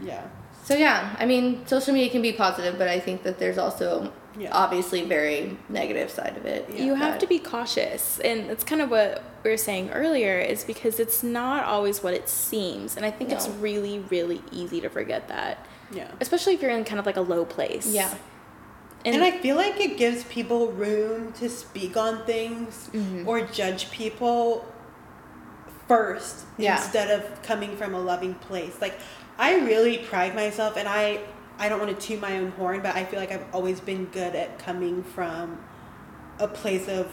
[SPEAKER 3] Yeah.
[SPEAKER 4] So yeah, I mean, social media can be positive, but I think that there's also
[SPEAKER 3] Yeah.
[SPEAKER 4] obviously very negative side of it.
[SPEAKER 2] you have
[SPEAKER 4] that-
[SPEAKER 2] to be cautious and that's kind of what we were saying earlier is because it's not always what it seems and i think it's
[SPEAKER 4] No.
[SPEAKER 2] really really easy to forget that
[SPEAKER 3] Yeah.
[SPEAKER 2] especially if you're in kind of like a low place
[SPEAKER 4] Yeah.
[SPEAKER 2] and,
[SPEAKER 3] And I feel like it gives people room to speak on things
[SPEAKER 4] Mm-hmm.
[SPEAKER 3] or judge people first
[SPEAKER 4] Yeah.
[SPEAKER 3] instead of coming from a loving place. Like I really pride myself and I I don't want to toot my own horn, but I feel like I've always been good at coming from a place of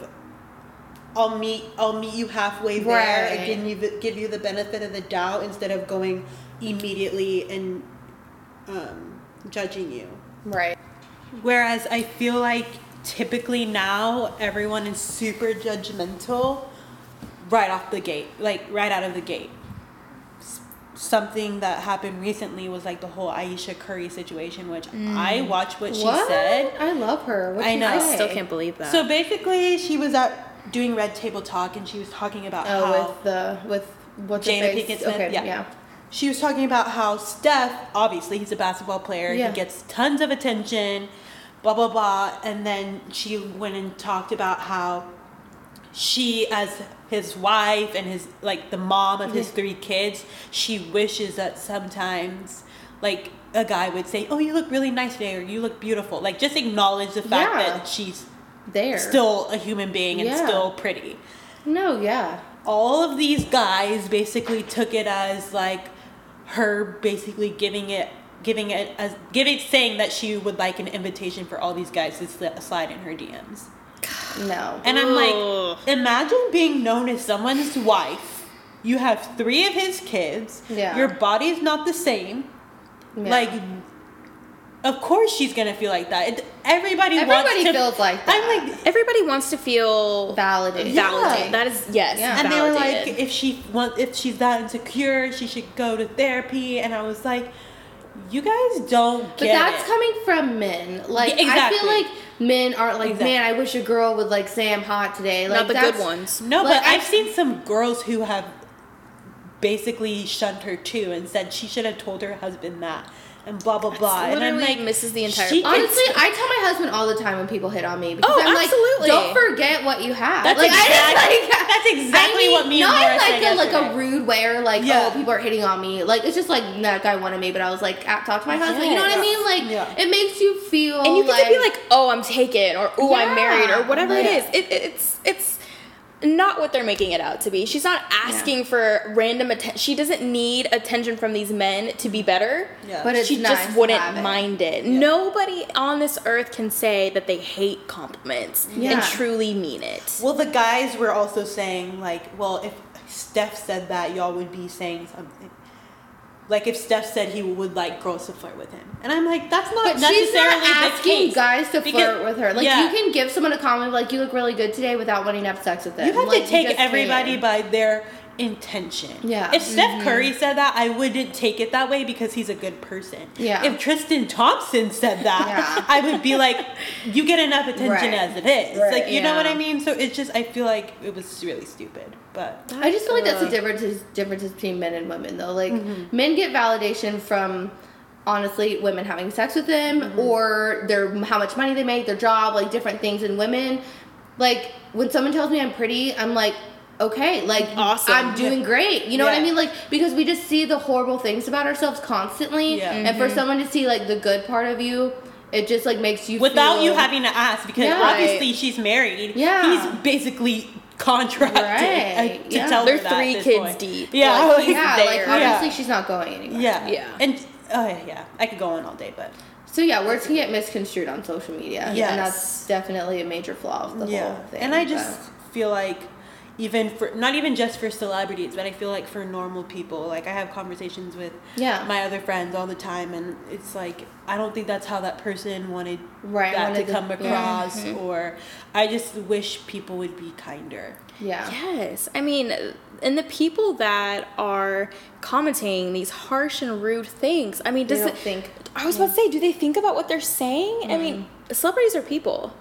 [SPEAKER 3] I'll meet I'll meet you halfway there
[SPEAKER 4] Right.
[SPEAKER 3] and give you the, give you the benefit of the doubt instead of going immediately and um, judging you.
[SPEAKER 4] Right.
[SPEAKER 3] Whereas I feel like typically now everyone is super judgmental right off the gate, like right out of the gate. S- Something that happened recently was like the whole Aisha Curry situation, which I watched what she
[SPEAKER 4] Mm. what?
[SPEAKER 3] said.
[SPEAKER 4] I love her. What
[SPEAKER 3] I know.
[SPEAKER 2] I
[SPEAKER 3] Okay.
[SPEAKER 2] still can't believe that
[SPEAKER 3] So basically, she was at doing Red Table Talk and she was talking about how
[SPEAKER 4] Oh, with the with what's her
[SPEAKER 3] Jada
[SPEAKER 4] face?
[SPEAKER 3] Pinkett Smith.
[SPEAKER 4] Okay,
[SPEAKER 3] yeah.
[SPEAKER 4] yeah.
[SPEAKER 3] She was talking about how Steph, obviously, he's a basketball player.
[SPEAKER 4] Yeah.
[SPEAKER 3] He gets tons of attention, blah, blah, blah. And then she went and talked about how she, as his wife and his, like, the mom of his three kids, she wishes that sometimes, like, a guy would say, Oh, you look really nice today, or you look beautiful. Like, just acknowledge the fact
[SPEAKER 4] Yeah.
[SPEAKER 3] that she's
[SPEAKER 4] There.
[SPEAKER 3] still a human being and
[SPEAKER 4] Yeah.
[SPEAKER 3] still pretty
[SPEAKER 4] No, yeah.
[SPEAKER 3] all of these guys basically took it as like her basically giving it giving it as giving saying that she would like an invitation for all these guys to sli- slide in her DMs.
[SPEAKER 4] No.
[SPEAKER 3] And
[SPEAKER 1] Ugh.
[SPEAKER 3] I'm like, imagine being known as someone's wife. You have three of his kids.
[SPEAKER 4] Yeah.
[SPEAKER 3] Your body's not the same.
[SPEAKER 4] Yeah.
[SPEAKER 3] Like, of course she's gonna feel like that. It, everybody
[SPEAKER 4] everybody
[SPEAKER 3] wants to,
[SPEAKER 4] feels like that.
[SPEAKER 3] I'm like,
[SPEAKER 2] Everybody wants to feel
[SPEAKER 4] validated.
[SPEAKER 3] Yeah.
[SPEAKER 2] validated. That is yes.
[SPEAKER 4] Yeah.
[SPEAKER 3] and they were like,
[SPEAKER 2] validated.
[SPEAKER 3] if she want, if she's that insecure, she should go to therapy. And I was like, you guys don't
[SPEAKER 4] But
[SPEAKER 3] get
[SPEAKER 4] that's
[SPEAKER 3] it.
[SPEAKER 4] coming from men. Like
[SPEAKER 3] Yeah,
[SPEAKER 4] I feel
[SPEAKER 3] exactly.
[SPEAKER 4] like men aren't like,
[SPEAKER 3] Exactly.
[SPEAKER 4] man, I wish a girl would like say I'm hot today. Like
[SPEAKER 2] not the
[SPEAKER 4] that's-
[SPEAKER 2] good ones.
[SPEAKER 3] no,
[SPEAKER 4] like,
[SPEAKER 3] but I've
[SPEAKER 4] I-
[SPEAKER 3] seen some girls who have basically shunned her too and said she should have told her husband that and blah blah blah. And I'm
[SPEAKER 2] Literally
[SPEAKER 3] like,
[SPEAKER 2] misses the entire.
[SPEAKER 3] she-
[SPEAKER 4] Honestly, I tell my husband all the time when people hit on me because
[SPEAKER 2] Oh,
[SPEAKER 4] I'm like,
[SPEAKER 2] absolutely.
[SPEAKER 4] don't forget what you have.
[SPEAKER 3] That's
[SPEAKER 4] like, I
[SPEAKER 3] exactly-
[SPEAKER 4] just, like,
[SPEAKER 3] that's exactly
[SPEAKER 4] I mean,
[SPEAKER 3] what me and
[SPEAKER 4] not
[SPEAKER 3] Laura
[SPEAKER 4] like
[SPEAKER 3] said
[SPEAKER 4] a, like a
[SPEAKER 3] yesterday.
[SPEAKER 4] rude way or like
[SPEAKER 3] Yeah.
[SPEAKER 4] oh people are hitting on me. Like it's just like that guy wanted me, but I was like ah, talk to my husband. You know what I
[SPEAKER 3] Yes.
[SPEAKER 4] mean? Like
[SPEAKER 3] Yeah.
[SPEAKER 4] it makes you feel
[SPEAKER 2] and you can
[SPEAKER 4] like,
[SPEAKER 2] just be like, "Oh, I'm taken," or "Oh, I'm married," or
[SPEAKER 4] Yeah,
[SPEAKER 2] whatever it is.
[SPEAKER 4] like-
[SPEAKER 2] It, it- it's it's not what they're making it out to be. She's not asking for random attention. She doesn't need attention from these men to be better.
[SPEAKER 3] Yeah.
[SPEAKER 4] But it's
[SPEAKER 2] she
[SPEAKER 4] nice
[SPEAKER 2] just
[SPEAKER 4] to
[SPEAKER 2] wouldn't
[SPEAKER 4] have it.
[SPEAKER 2] mind it. Nobody on this earth can say that they hate compliments
[SPEAKER 4] Yeah.
[SPEAKER 2] and truly mean it.
[SPEAKER 3] Well, the guys were also saying like, well, if Steph said that, y'all would be saying something. Like if Steph said he would like girls to flirt with him, and I'm like, that's "Oh, not
[SPEAKER 4] But
[SPEAKER 3] necessarily
[SPEAKER 4] she's not
[SPEAKER 3] the
[SPEAKER 4] asking
[SPEAKER 3] case.
[SPEAKER 4] guys to
[SPEAKER 3] Because-
[SPEAKER 4] flirt with her. Like
[SPEAKER 3] Yeah.
[SPEAKER 4] you can give someone a comment like you look really good today without wanting to have sex with them.
[SPEAKER 3] You have
[SPEAKER 4] Like,
[SPEAKER 3] to take
[SPEAKER 4] just
[SPEAKER 3] everybody
[SPEAKER 4] can't.
[SPEAKER 3] by their intention.
[SPEAKER 4] Yeah. mm-hmm.
[SPEAKER 3] If Steph Curry said that, I wouldn't take it that way because he's a good person.
[SPEAKER 4] Yeah.
[SPEAKER 3] If Tristan Thompson said that,
[SPEAKER 4] Yeah.
[SPEAKER 3] I would be like, you get enough attention
[SPEAKER 4] Right.
[SPEAKER 3] as it is.
[SPEAKER 4] Right.
[SPEAKER 3] Like, you know what
[SPEAKER 4] Yeah.
[SPEAKER 3] I mean? So it's just, I feel like it was really stupid. But
[SPEAKER 4] I just feel like that's the
[SPEAKER 2] Ugh.
[SPEAKER 4] difference differences between men and women though. Like
[SPEAKER 3] Mm-hmm.
[SPEAKER 4] men get validation from honestly women having sex with them
[SPEAKER 3] Mm-hmm.
[SPEAKER 4] or their how much money they make, their job, like different things. And women, like when someone tells me I'm pretty, I'm like. Okay, like
[SPEAKER 2] Awesome.
[SPEAKER 4] I'm doing great. You know what I
[SPEAKER 3] Yeah.
[SPEAKER 4] mean? Like because we just see the horrible things about ourselves constantly,
[SPEAKER 3] Yeah. Mm-hmm.
[SPEAKER 4] and for someone to see like the good part of you, it just like makes you
[SPEAKER 3] without you
[SPEAKER 4] feel-
[SPEAKER 3] having to ask, because
[SPEAKER 4] Yeah.
[SPEAKER 3] obviously she's married.
[SPEAKER 4] Yeah.
[SPEAKER 3] He's basically contracted
[SPEAKER 4] Right.
[SPEAKER 3] uh, to
[SPEAKER 4] Yeah.
[SPEAKER 3] tell
[SPEAKER 2] They're
[SPEAKER 3] her that at
[SPEAKER 2] three
[SPEAKER 3] this
[SPEAKER 2] kids
[SPEAKER 3] point.
[SPEAKER 2] deep.
[SPEAKER 3] Yeah.
[SPEAKER 2] Like,
[SPEAKER 3] like,
[SPEAKER 2] he's
[SPEAKER 4] yeah, like
[SPEAKER 2] there.
[SPEAKER 4] obviously she's not going anywhere.
[SPEAKER 3] yeah.
[SPEAKER 2] Yeah.
[SPEAKER 3] And, oh, yeah, yeah. I could go on all day, but.
[SPEAKER 4] So yeah, words can get misconstrued on social media.
[SPEAKER 3] Yes.
[SPEAKER 4] And that's definitely a major flaw of the whole thing.
[SPEAKER 3] And I
[SPEAKER 4] but-
[SPEAKER 3] just feel like even for not even just for celebrities, but I feel like for normal people, like I have conversations with
[SPEAKER 4] Yeah.
[SPEAKER 3] my other friends all the time and it's like I don't think that's how that person wanted
[SPEAKER 4] Right,
[SPEAKER 3] that
[SPEAKER 4] wanted to-
[SPEAKER 3] to come
[SPEAKER 4] yeah. Mm-hmm.
[SPEAKER 3] across or I just wish people would be kinder.
[SPEAKER 4] Yeah.
[SPEAKER 2] Yes. I mean, and the people that are commenting these harsh and rude things, I mean,
[SPEAKER 4] They
[SPEAKER 2] does
[SPEAKER 4] don't
[SPEAKER 2] it,
[SPEAKER 4] think-
[SPEAKER 2] I was about to say, do they think about what they're saying? I mean,
[SPEAKER 3] Mm-hmm.
[SPEAKER 2] celebrities are people.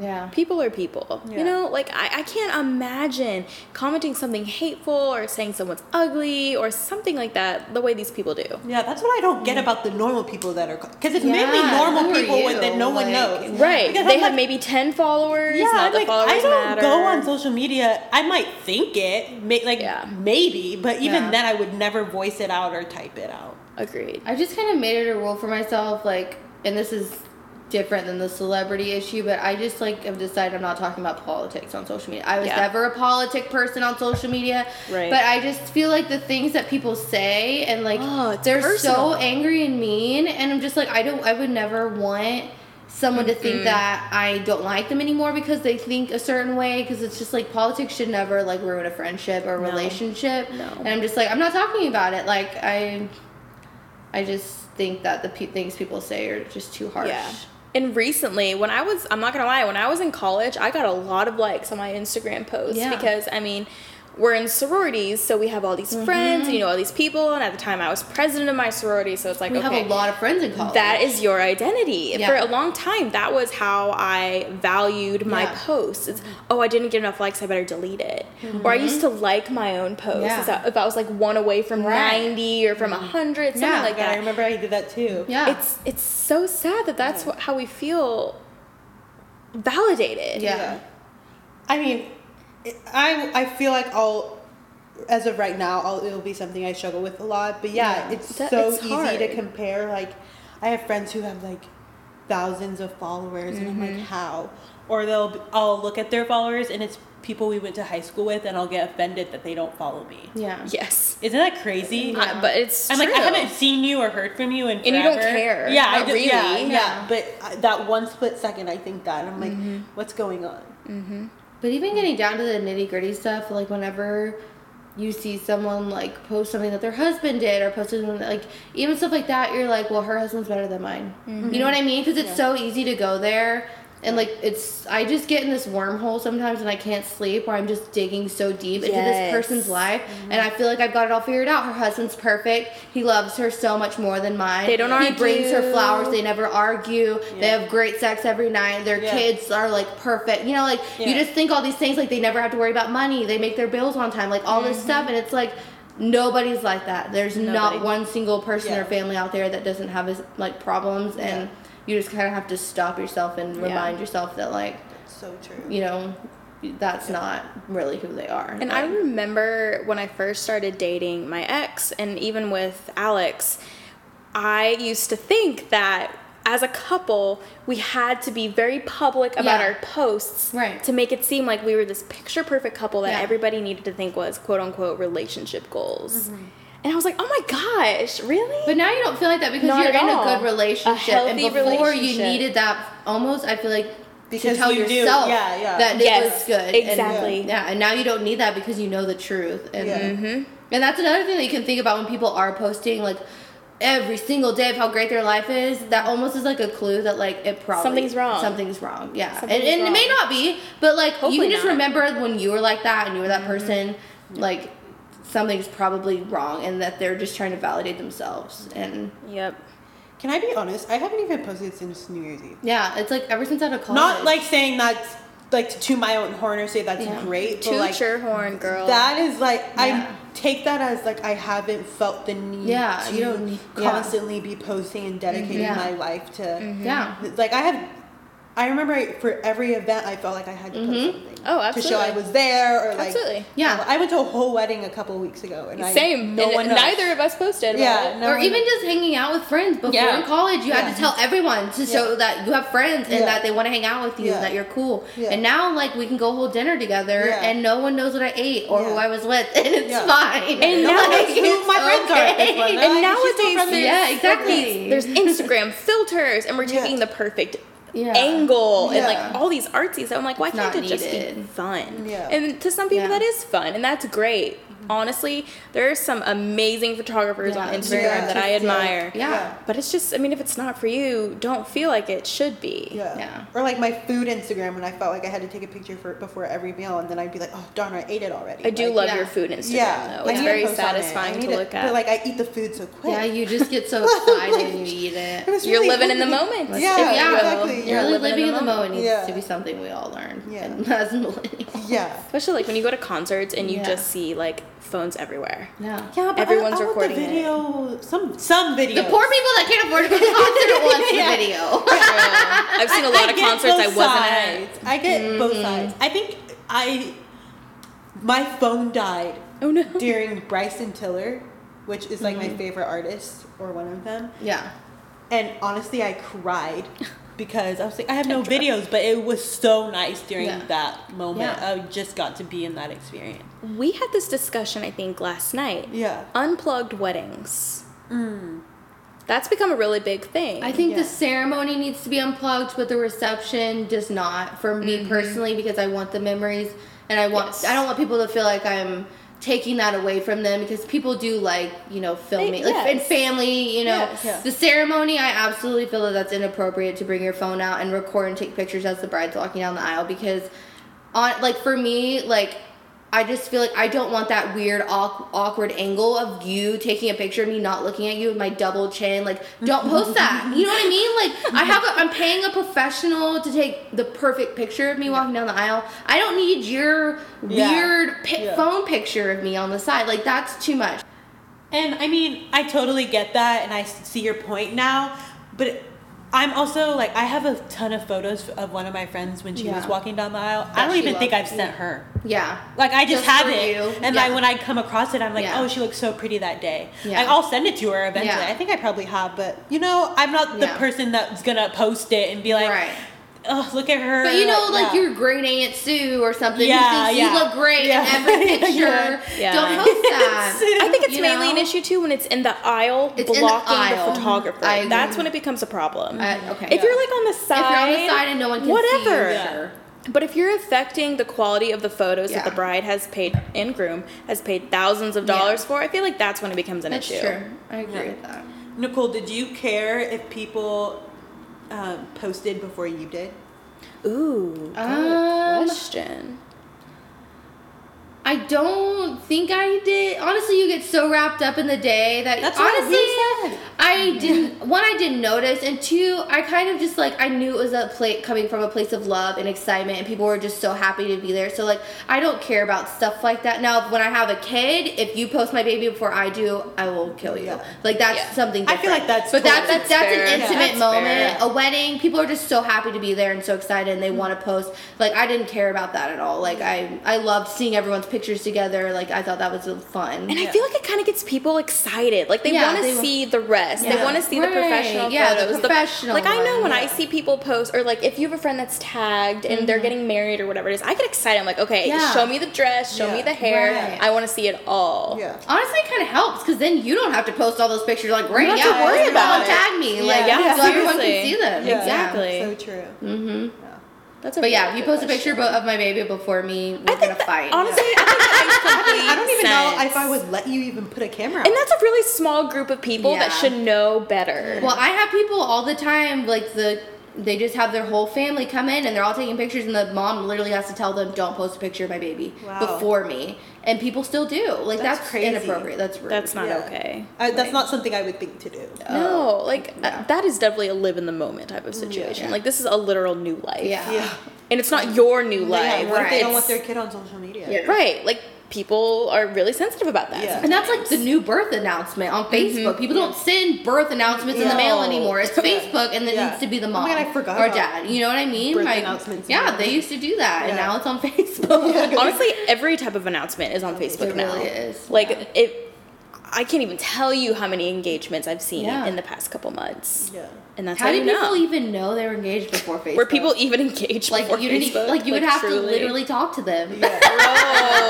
[SPEAKER 4] Yeah.
[SPEAKER 2] People are people.
[SPEAKER 3] Yeah.
[SPEAKER 2] You know, like I, I can't imagine commenting something hateful or saying someone's ugly or something like that the way these people do.
[SPEAKER 3] Yeah, that's what I don't get about the normal people that are because it's mainly
[SPEAKER 4] Mm. Yeah, who
[SPEAKER 3] normal
[SPEAKER 4] are
[SPEAKER 3] people with, that
[SPEAKER 4] you?
[SPEAKER 3] no one
[SPEAKER 4] Like,
[SPEAKER 3] knows.
[SPEAKER 2] Right.
[SPEAKER 3] Because
[SPEAKER 2] they
[SPEAKER 3] I'm
[SPEAKER 2] have
[SPEAKER 3] like,
[SPEAKER 2] maybe 10 followers.
[SPEAKER 3] Yeah,
[SPEAKER 2] not
[SPEAKER 3] I'm
[SPEAKER 2] the
[SPEAKER 3] like,
[SPEAKER 2] followers
[SPEAKER 3] I don't
[SPEAKER 2] matter.
[SPEAKER 3] go on social media. I might think it, may, like
[SPEAKER 2] Yeah.
[SPEAKER 3] maybe, but even
[SPEAKER 4] Yeah.
[SPEAKER 3] then, I would never voice it out or type it out.
[SPEAKER 2] Agreed.
[SPEAKER 4] I just kind of made it a rule for myself, like, and this is different than the celebrity issue, but I just like have decided I'm not talking about politics on social media. I was
[SPEAKER 2] Yeah.
[SPEAKER 4] never a politic person on social media,
[SPEAKER 2] Right.
[SPEAKER 4] but I just feel like the things that people say and like
[SPEAKER 2] Oh, it's
[SPEAKER 4] they're
[SPEAKER 2] personal.
[SPEAKER 4] so angry and mean, and I'm just like I don't, I would never want someone to think that I don't like them anymore because they think a certain way because it's just like politics should never like ruin a friendship or relationship.
[SPEAKER 2] No.
[SPEAKER 4] And I'm just like I'm not talking about it. Like I I just think that the pe- things people say are just too harsh.
[SPEAKER 2] Yeah. And recently, when I was, I'm not gonna lie, when I was in college, I got a lot of likes on my Instagram posts
[SPEAKER 4] Yeah.
[SPEAKER 2] because I mean, we're in sororities, so we have all these
[SPEAKER 4] Mm-hmm.
[SPEAKER 2] friends, and you know, all these people. And at the time, I was president of my sorority, so it's like,
[SPEAKER 4] We
[SPEAKER 2] okay,
[SPEAKER 4] have a lot of friends in college.
[SPEAKER 2] that is your identity.
[SPEAKER 4] Yeah.
[SPEAKER 2] For a long time, that was how I valued my
[SPEAKER 4] Yeah.
[SPEAKER 2] posts. It's, oh, I didn't get enough likes, I better delete it. Or I used to like my own posts
[SPEAKER 4] Mm-hmm. Yeah.
[SPEAKER 2] is that- if I was like one away from
[SPEAKER 4] Right.
[SPEAKER 2] 90 or from 100, something
[SPEAKER 4] Yeah.
[SPEAKER 2] like
[SPEAKER 3] Oh God, I
[SPEAKER 2] that.
[SPEAKER 3] remember I did that too.
[SPEAKER 4] yeah.
[SPEAKER 2] It's it's so sad that that's what, how we feel validated.
[SPEAKER 4] yeah.
[SPEAKER 3] I mean, it- I I feel like I'll as of right now, I'll, it'll be something I struggle with a lot. But yeah,
[SPEAKER 4] Yeah.
[SPEAKER 3] it's
[SPEAKER 2] That-
[SPEAKER 3] so
[SPEAKER 2] it's
[SPEAKER 3] easy
[SPEAKER 2] hard.
[SPEAKER 3] to compare. Like, I have friends who have like
[SPEAKER 2] Mm-hmm.
[SPEAKER 3] thousands of followers, and I'm like, how? Or they'll I'll look at their followers, and it's people we went to high school with, and I'll get offended that they don't follow me.
[SPEAKER 4] Yeah.
[SPEAKER 2] Yes.
[SPEAKER 3] Isn't that crazy?
[SPEAKER 2] Uh, but it's
[SPEAKER 3] I'm like, I
[SPEAKER 2] true.
[SPEAKER 3] haven't seen you or heard from you in
[SPEAKER 2] And you don't
[SPEAKER 3] forever.
[SPEAKER 2] care.
[SPEAKER 3] Yeah, I
[SPEAKER 2] Not
[SPEAKER 3] do- Yeah,
[SPEAKER 2] really.
[SPEAKER 3] yeah.
[SPEAKER 4] Yeah.
[SPEAKER 3] But uh, that one split second, I think that and I'm like,
[SPEAKER 2] Mm-hmm.
[SPEAKER 3] what's going on?
[SPEAKER 4] But even getting down to the nitty gritty stuff, like whenever you see someone like post something that their husband did or posted something that, like even stuff like that, you're like, well, her husband's better than mine.
[SPEAKER 2] Mm-hmm.
[SPEAKER 4] You know what I mean? Because it's so easy to go there. And like it's, I just get in this wormhole sometimes, and I can't sleep, where I'm just digging so deep into
[SPEAKER 2] Yes. Mm-hmm.
[SPEAKER 4] this person's life, and I feel like I've got it all figured out. Her husband's perfect; he loves her so much more than mine.
[SPEAKER 2] They don't
[SPEAKER 4] He brings her
[SPEAKER 2] argue.
[SPEAKER 4] flowers; they never argue. They
[SPEAKER 3] Yeah.
[SPEAKER 4] have great sex every night. Their
[SPEAKER 3] Yeah.
[SPEAKER 4] kids are like perfect. You know, like you
[SPEAKER 3] Yeah.
[SPEAKER 4] just think all these things like they never have to worry about money they make their bills on time like all this stuff and it's like nobody's like that there's not
[SPEAKER 2] Mm-hmm. Nobody.
[SPEAKER 4] one single person
[SPEAKER 3] Yeah.
[SPEAKER 4] or family out there that doesn't have as like problems and you just kind of have to stop yourself and remind yourself that like
[SPEAKER 3] So true.
[SPEAKER 4] you know that's not really who they are
[SPEAKER 2] And I remember when I first started dating my ex, and even with Alex, I used to think that as a couple, we had to be very public about
[SPEAKER 4] Yeah.
[SPEAKER 2] our posts
[SPEAKER 4] Right.
[SPEAKER 2] to make it seem like we were this picture perfect couple that
[SPEAKER 4] Yeah.
[SPEAKER 2] everybody needed to think was quote unquote relationship goals. And I was like, oh my gosh, really?
[SPEAKER 4] Mm-hmm. But now you don't feel like that because
[SPEAKER 2] Not
[SPEAKER 4] you're
[SPEAKER 2] at
[SPEAKER 4] in
[SPEAKER 2] all.
[SPEAKER 4] a good
[SPEAKER 2] A
[SPEAKER 4] relationship. and
[SPEAKER 2] healthy
[SPEAKER 4] before you
[SPEAKER 2] relationship.
[SPEAKER 4] needed that almost, I feel like
[SPEAKER 3] Because
[SPEAKER 4] to tell
[SPEAKER 3] you knew-
[SPEAKER 4] yourself
[SPEAKER 3] yeah, yeah.
[SPEAKER 4] that it
[SPEAKER 2] Yes,
[SPEAKER 4] was good. and-
[SPEAKER 2] exactly.
[SPEAKER 4] yeah, and now you don't need that because you know the truth. And
[SPEAKER 3] Yeah.
[SPEAKER 2] Mm-hmm.
[SPEAKER 4] and that's another thing that you can think about when people are posting like every single day of how great their life is. That almost is like a clue that like it probably
[SPEAKER 2] Something's wrong.
[SPEAKER 4] Something's wrong. Yeah.
[SPEAKER 2] Something's
[SPEAKER 4] and and it may
[SPEAKER 2] wrong.
[SPEAKER 4] not be, but like you
[SPEAKER 2] Hopefully
[SPEAKER 4] can just
[SPEAKER 2] not.
[SPEAKER 4] remember when you were like that and you were that person, like something's probably wrong and that they're just trying to validate themselves and
[SPEAKER 2] yep.
[SPEAKER 3] Can I be honest? I haven't even posted since New Year's Eve.
[SPEAKER 4] Yeah, it's like ever since out of college.
[SPEAKER 3] Not like saying that's like to toot my own horn or say that's
[SPEAKER 4] Yeah.
[SPEAKER 3] great, but
[SPEAKER 2] Toot
[SPEAKER 3] like
[SPEAKER 2] your horn, girl.
[SPEAKER 3] that is like
[SPEAKER 4] Yeah.
[SPEAKER 3] I take that as like I haven't felt the need
[SPEAKER 4] Yeah,
[SPEAKER 3] to
[SPEAKER 4] you don't need- yeah.
[SPEAKER 3] constantly be posting and dedicating
[SPEAKER 4] Yeah. Mm-hmm.
[SPEAKER 3] my life to
[SPEAKER 4] yeah,
[SPEAKER 3] like I had I remember I- for every event I felt like I had to post
[SPEAKER 4] Mm-hmm.
[SPEAKER 3] something
[SPEAKER 2] Oh,
[SPEAKER 3] to show I
[SPEAKER 2] absolutely.
[SPEAKER 3] was there or like
[SPEAKER 2] Absolutely.
[SPEAKER 4] Yeah.
[SPEAKER 3] I went to a whole wedding a couple weeks ago and I,
[SPEAKER 2] Same.
[SPEAKER 3] no
[SPEAKER 2] and
[SPEAKER 3] one knows.
[SPEAKER 2] neither of us posted about
[SPEAKER 3] yeah
[SPEAKER 2] it.
[SPEAKER 3] no
[SPEAKER 4] or
[SPEAKER 3] one
[SPEAKER 4] even just hanging out with friends before
[SPEAKER 2] Yeah.
[SPEAKER 4] in college, you had
[SPEAKER 3] Yeah.
[SPEAKER 4] to tell everyone to show that you have friends and
[SPEAKER 3] Yeah.
[SPEAKER 4] that they want to hang out with you
[SPEAKER 3] Yeah.
[SPEAKER 4] and that you're cool.
[SPEAKER 3] Yeah.
[SPEAKER 4] And now, like, we can go hold dinner together
[SPEAKER 3] Yeah.
[SPEAKER 4] and no one knows what I ate or who
[SPEAKER 3] Yeah.
[SPEAKER 4] I was with, and it's
[SPEAKER 3] Yeah.
[SPEAKER 4] fine.
[SPEAKER 2] And
[SPEAKER 3] no
[SPEAKER 2] now
[SPEAKER 3] one knows
[SPEAKER 4] Like,
[SPEAKER 3] who my
[SPEAKER 4] it's
[SPEAKER 3] friends are at this point.
[SPEAKER 2] And
[SPEAKER 3] They're like, "Is she still
[SPEAKER 2] nowadays,
[SPEAKER 3] friends with
[SPEAKER 4] Yeah,
[SPEAKER 3] you?"
[SPEAKER 4] exactly.
[SPEAKER 2] there's Instagram filters, and we're taking
[SPEAKER 3] Yeah.
[SPEAKER 2] the perfect
[SPEAKER 4] Yeah.
[SPEAKER 2] angle and
[SPEAKER 3] Yeah.
[SPEAKER 2] like all these artsy. So I'm like, why
[SPEAKER 4] It's
[SPEAKER 2] can't it
[SPEAKER 4] not
[SPEAKER 2] just be
[SPEAKER 4] needed.
[SPEAKER 2] fun?
[SPEAKER 3] Yeah.
[SPEAKER 2] And to some people,
[SPEAKER 4] Yeah.
[SPEAKER 2] that is fun, and that's great. Honestly, there are some amazing photographers on
[SPEAKER 4] Yeah.
[SPEAKER 2] Instagram
[SPEAKER 3] Yeah.
[SPEAKER 2] that I
[SPEAKER 3] Yeah.
[SPEAKER 2] admire.
[SPEAKER 4] yeah,
[SPEAKER 2] But it's just, I mean, if it's not for you, don't feel like it should be.
[SPEAKER 3] Yeah.
[SPEAKER 4] Yeah.
[SPEAKER 3] Or like my food Instagram when I felt like I had to take a picture for before every meal and then I'd be like, oh darn, I ate it already.
[SPEAKER 2] I do
[SPEAKER 3] Like,
[SPEAKER 2] love
[SPEAKER 4] yeah.
[SPEAKER 2] your food Instagram
[SPEAKER 3] yeah,
[SPEAKER 2] though.
[SPEAKER 3] I
[SPEAKER 2] It's
[SPEAKER 3] need to
[SPEAKER 2] very
[SPEAKER 3] post on it. I
[SPEAKER 2] satisfying
[SPEAKER 3] need
[SPEAKER 2] to look at.
[SPEAKER 3] But like I eat the food so quick.
[SPEAKER 4] yeah. You just get so excited
[SPEAKER 3] Like,
[SPEAKER 4] when you eat it.
[SPEAKER 3] It was
[SPEAKER 2] You're
[SPEAKER 3] really
[SPEAKER 2] living in the
[SPEAKER 3] good.
[SPEAKER 2] moment.
[SPEAKER 3] Yeah,
[SPEAKER 2] if you
[SPEAKER 4] yeah,
[SPEAKER 2] will.
[SPEAKER 3] exactly.
[SPEAKER 4] You're really living in the moment needs
[SPEAKER 3] Yeah.
[SPEAKER 4] to be something we all learn.
[SPEAKER 3] Yeah.
[SPEAKER 4] and as millennials.
[SPEAKER 3] Yeah.
[SPEAKER 2] Especially like when you go to concerts and you
[SPEAKER 4] Yeah.
[SPEAKER 2] just see like phones everywhere.
[SPEAKER 4] Yeah.
[SPEAKER 3] Yeah, but
[SPEAKER 2] Everyone's
[SPEAKER 3] I, I
[SPEAKER 2] recording
[SPEAKER 3] want
[SPEAKER 2] it.
[SPEAKER 3] the video. Some some video.
[SPEAKER 4] The poor people that can't afford to go to the concert at once the
[SPEAKER 3] Yeah.
[SPEAKER 4] video.
[SPEAKER 2] I've seen a lot of concerts I wasn't at. Mm-hmm.
[SPEAKER 3] at. I get both sides. I think I my phone died
[SPEAKER 2] Oh no. Mm-hmm.
[SPEAKER 3] during Bryson Tiller, which is like my favorite artist or one of them.
[SPEAKER 4] Yeah.
[SPEAKER 3] And honestly, I cried because I was like, I have no videos, but it was so nice during
[SPEAKER 4] Yeah.
[SPEAKER 3] that moment.
[SPEAKER 4] Yeah.
[SPEAKER 3] I just got to be in that experience.
[SPEAKER 2] We had this discussion I think last night.
[SPEAKER 3] Yeah.
[SPEAKER 2] Unplugged weddings. That's become a really big thing.
[SPEAKER 4] Mm. I think the
[SPEAKER 3] Yeah.
[SPEAKER 4] ceremony needs to be unplugged, but the reception does not for me personally because I want the memories and I want
[SPEAKER 2] Yes.
[SPEAKER 4] I don't want people to feel like I'm taking that away from them because people do like, you know, filming
[SPEAKER 2] They-
[SPEAKER 4] like and
[SPEAKER 2] yes.
[SPEAKER 4] family, you know.
[SPEAKER 2] Yes.
[SPEAKER 3] Yeah.
[SPEAKER 4] The ceremony I absolutely feel that that's inappropriate to bring your phone out and record and take pictures as the bride's walking down the aisle because on like for me, like I just feel like I don't want that weird awk- awkward angle of you taking a picture of me not looking at you with my double chin. Like, don't post that. You know what I mean? Like, I have a, I'm paying a professional to take the perfect picture of me walking down the aisle. I don't need your
[SPEAKER 3] Yeah.
[SPEAKER 4] weird pi-
[SPEAKER 3] Yeah.
[SPEAKER 4] phone picture of me on the side. Like, that's too much.
[SPEAKER 3] And I mean, I totally get that, and I s- see your point now, but I'm also like, I have a ton of photos of one of my friends when she was
[SPEAKER 4] Yeah.
[SPEAKER 3] walking down the aisle. I
[SPEAKER 4] That
[SPEAKER 3] don't
[SPEAKER 4] she
[SPEAKER 3] even think I've
[SPEAKER 4] loved.
[SPEAKER 3] sent her.
[SPEAKER 4] Yeah.
[SPEAKER 3] Like I just,
[SPEAKER 4] Just
[SPEAKER 3] have
[SPEAKER 4] for
[SPEAKER 3] it,
[SPEAKER 4] you.
[SPEAKER 3] and
[SPEAKER 4] Yeah.
[SPEAKER 3] like when I come across it, I'm like,
[SPEAKER 4] Yeah.
[SPEAKER 3] oh, she looks so pretty that day.
[SPEAKER 4] Yeah.
[SPEAKER 3] Like, I'll send it to her eventually.
[SPEAKER 4] Yeah.
[SPEAKER 3] I think I probably have, but you know, I'm not the
[SPEAKER 4] Yeah.
[SPEAKER 3] person that's gonna post it and be like,
[SPEAKER 4] right.
[SPEAKER 3] oh, look at her.
[SPEAKER 4] But you know, like
[SPEAKER 3] yeah.
[SPEAKER 4] your great aunt Sue or something.
[SPEAKER 3] Yeah,
[SPEAKER 4] who thinks
[SPEAKER 3] yeah.
[SPEAKER 4] you look great
[SPEAKER 3] Yeah.
[SPEAKER 4] in every
[SPEAKER 3] Yeah.
[SPEAKER 4] picture.
[SPEAKER 2] Yeah.
[SPEAKER 4] Don't post that.
[SPEAKER 2] I think it's
[SPEAKER 4] You
[SPEAKER 2] mainly an
[SPEAKER 4] know?
[SPEAKER 2] issue too when it's in the aisle
[SPEAKER 4] It's in the
[SPEAKER 2] blocking the,
[SPEAKER 4] aisle.
[SPEAKER 2] photographer.
[SPEAKER 4] I agree.
[SPEAKER 2] That's when it becomes a problem.
[SPEAKER 4] I- okay.
[SPEAKER 2] If you're like on the
[SPEAKER 4] if you're
[SPEAKER 2] side,
[SPEAKER 4] on the side and no one can see
[SPEAKER 2] whatever.
[SPEAKER 4] you,
[SPEAKER 3] Yeah.
[SPEAKER 4] sure.
[SPEAKER 2] But if you're affecting the quality of the photos that
[SPEAKER 4] Yeah.
[SPEAKER 2] the bride has paid and groom has paid thousands of
[SPEAKER 4] Yeah.
[SPEAKER 2] dollars for, I feel like that's when it becomes an
[SPEAKER 4] That's
[SPEAKER 2] issue.
[SPEAKER 4] true. I agree
[SPEAKER 3] Yeah.
[SPEAKER 4] with that.
[SPEAKER 3] Nicole, did you care if people um, posted before you did?
[SPEAKER 2] Ooh, good
[SPEAKER 4] Um,
[SPEAKER 2] question.
[SPEAKER 4] I don't think I did. Honestly, you get so wrapped up in the day that
[SPEAKER 3] That's what
[SPEAKER 4] honestly,
[SPEAKER 3] we said.
[SPEAKER 4] I didn't. One, I didn't notice, and two, I kind of just like I knew it was a plate coming from a place of love and excitement, and people were just so happy to be there. So like, I don't care about stuff like that. Now, when I have a kid, if you post my baby before I do, I will kill you.
[SPEAKER 3] Yeah.
[SPEAKER 4] Like that's
[SPEAKER 2] Yeah.
[SPEAKER 4] something.
[SPEAKER 3] I
[SPEAKER 4] Different.
[SPEAKER 3] feel like that's
[SPEAKER 4] but that's
[SPEAKER 3] totally
[SPEAKER 4] that's, that's
[SPEAKER 2] fair.
[SPEAKER 4] an
[SPEAKER 2] Yeah.
[SPEAKER 4] intimate
[SPEAKER 2] That's fair.
[SPEAKER 4] moment. A wedding. People are just so happy to be there and so excited, and they want to post. Like I didn't care about that at all. Like I I loved seeing everyone's pictures together. Like I thought that was fun.
[SPEAKER 2] And I
[SPEAKER 3] Yeah.
[SPEAKER 2] feel like it kind of gets people excited. Like they
[SPEAKER 4] Yeah,
[SPEAKER 2] want
[SPEAKER 4] they
[SPEAKER 2] to
[SPEAKER 4] wa-
[SPEAKER 2] see the rest. They
[SPEAKER 4] Yeah.
[SPEAKER 2] want to see the
[SPEAKER 4] Right,
[SPEAKER 2] professional
[SPEAKER 4] yeah, the
[SPEAKER 2] photos.
[SPEAKER 4] professional
[SPEAKER 2] like I know
[SPEAKER 4] one,
[SPEAKER 2] when I
[SPEAKER 4] yeah.
[SPEAKER 2] see people post, or like if you have a friend that's tagged and they're getting married or whatever it is, I get excited. I'm like, okay,
[SPEAKER 4] Yeah.
[SPEAKER 2] show me the dress, show
[SPEAKER 3] Yeah,
[SPEAKER 2] me the hair.
[SPEAKER 4] right.
[SPEAKER 2] I want to see it
[SPEAKER 3] Oh.
[SPEAKER 2] all.
[SPEAKER 4] Honestly, it kind of helps because then you don't have to post all those pictures. Like, great,
[SPEAKER 2] don't
[SPEAKER 4] yeah,
[SPEAKER 2] have to worry
[SPEAKER 4] everyone
[SPEAKER 2] about it.
[SPEAKER 4] tag me. Like,
[SPEAKER 2] Yeah,
[SPEAKER 4] so everyone can
[SPEAKER 2] seriously.
[SPEAKER 4] see them.
[SPEAKER 3] Yeah.
[SPEAKER 4] Exactly.
[SPEAKER 2] Exactly.
[SPEAKER 3] So true.
[SPEAKER 2] That's a
[SPEAKER 4] But yeah,
[SPEAKER 2] really
[SPEAKER 4] if you
[SPEAKER 2] good
[SPEAKER 4] post a picture
[SPEAKER 2] question.
[SPEAKER 4] bo- of my baby before me, we're
[SPEAKER 2] I think
[SPEAKER 4] gonna
[SPEAKER 2] that-
[SPEAKER 4] fight.
[SPEAKER 2] honestly, I think that makes complete
[SPEAKER 3] I don't even know
[SPEAKER 2] sense.
[SPEAKER 3] if I would let you even put a camera.
[SPEAKER 2] And that's a really small group of people that
[SPEAKER 4] Yeah.
[SPEAKER 2] should know better.
[SPEAKER 4] Well, I have people all the time. Like the they just have their whole family come in and they're all taking pictures, and the mom literally has to tell them, "Don't post a picture of my baby
[SPEAKER 3] Wow.
[SPEAKER 4] before me." And people still do. Like
[SPEAKER 3] That's
[SPEAKER 4] that's,
[SPEAKER 3] crazy.
[SPEAKER 4] inappropriate. That's rude.
[SPEAKER 2] that's not
[SPEAKER 3] Yeah.
[SPEAKER 2] okay.
[SPEAKER 3] I, that's not something I would think to do.
[SPEAKER 2] No, like uh, that is definitely a live in the moment type of situation.
[SPEAKER 4] Yeah.
[SPEAKER 2] Like this is a literal new life.
[SPEAKER 4] Yeah.
[SPEAKER 3] Yeah.
[SPEAKER 2] And it's not your new
[SPEAKER 3] Yeah,
[SPEAKER 2] life.
[SPEAKER 3] what if they don't
[SPEAKER 2] It's-
[SPEAKER 3] want their kid on social media?
[SPEAKER 4] Yeah.
[SPEAKER 2] right. Like people are really sensitive about that.
[SPEAKER 3] Yeah.
[SPEAKER 4] And that's like the new birth announcement on
[SPEAKER 3] Mm-hmm.
[SPEAKER 4] Facebook. People don't send birth announcements in the mail
[SPEAKER 2] No.
[SPEAKER 4] anymore. It's Facebook, and it
[SPEAKER 3] Yeah.
[SPEAKER 4] needs to be the
[SPEAKER 3] Oh
[SPEAKER 4] mom
[SPEAKER 3] my God, I forgot
[SPEAKER 4] or
[SPEAKER 3] about
[SPEAKER 4] dad. You know what I mean?
[SPEAKER 3] birth
[SPEAKER 4] like,
[SPEAKER 3] announcements.
[SPEAKER 4] Yeah, they used to do that, and
[SPEAKER 3] Yeah.
[SPEAKER 4] now it's on Facebook.
[SPEAKER 2] Honestly, every type of announcement is on Facebook
[SPEAKER 4] It
[SPEAKER 2] now.
[SPEAKER 4] really is,
[SPEAKER 2] Like
[SPEAKER 4] yeah.
[SPEAKER 2] it I can't even tell you how many engagements I've seen
[SPEAKER 4] Yeah.
[SPEAKER 2] in the past couple months.
[SPEAKER 3] Yeah.
[SPEAKER 2] And that's how,
[SPEAKER 4] How did
[SPEAKER 2] you
[SPEAKER 4] people
[SPEAKER 2] know.
[SPEAKER 4] even know they were engaged before Facebook?
[SPEAKER 2] Were people even engaged
[SPEAKER 4] like
[SPEAKER 2] before
[SPEAKER 4] you
[SPEAKER 2] Facebook?
[SPEAKER 4] didn't e-, like you would have to
[SPEAKER 2] truly.
[SPEAKER 4] literally talk to them.
[SPEAKER 3] Yeah.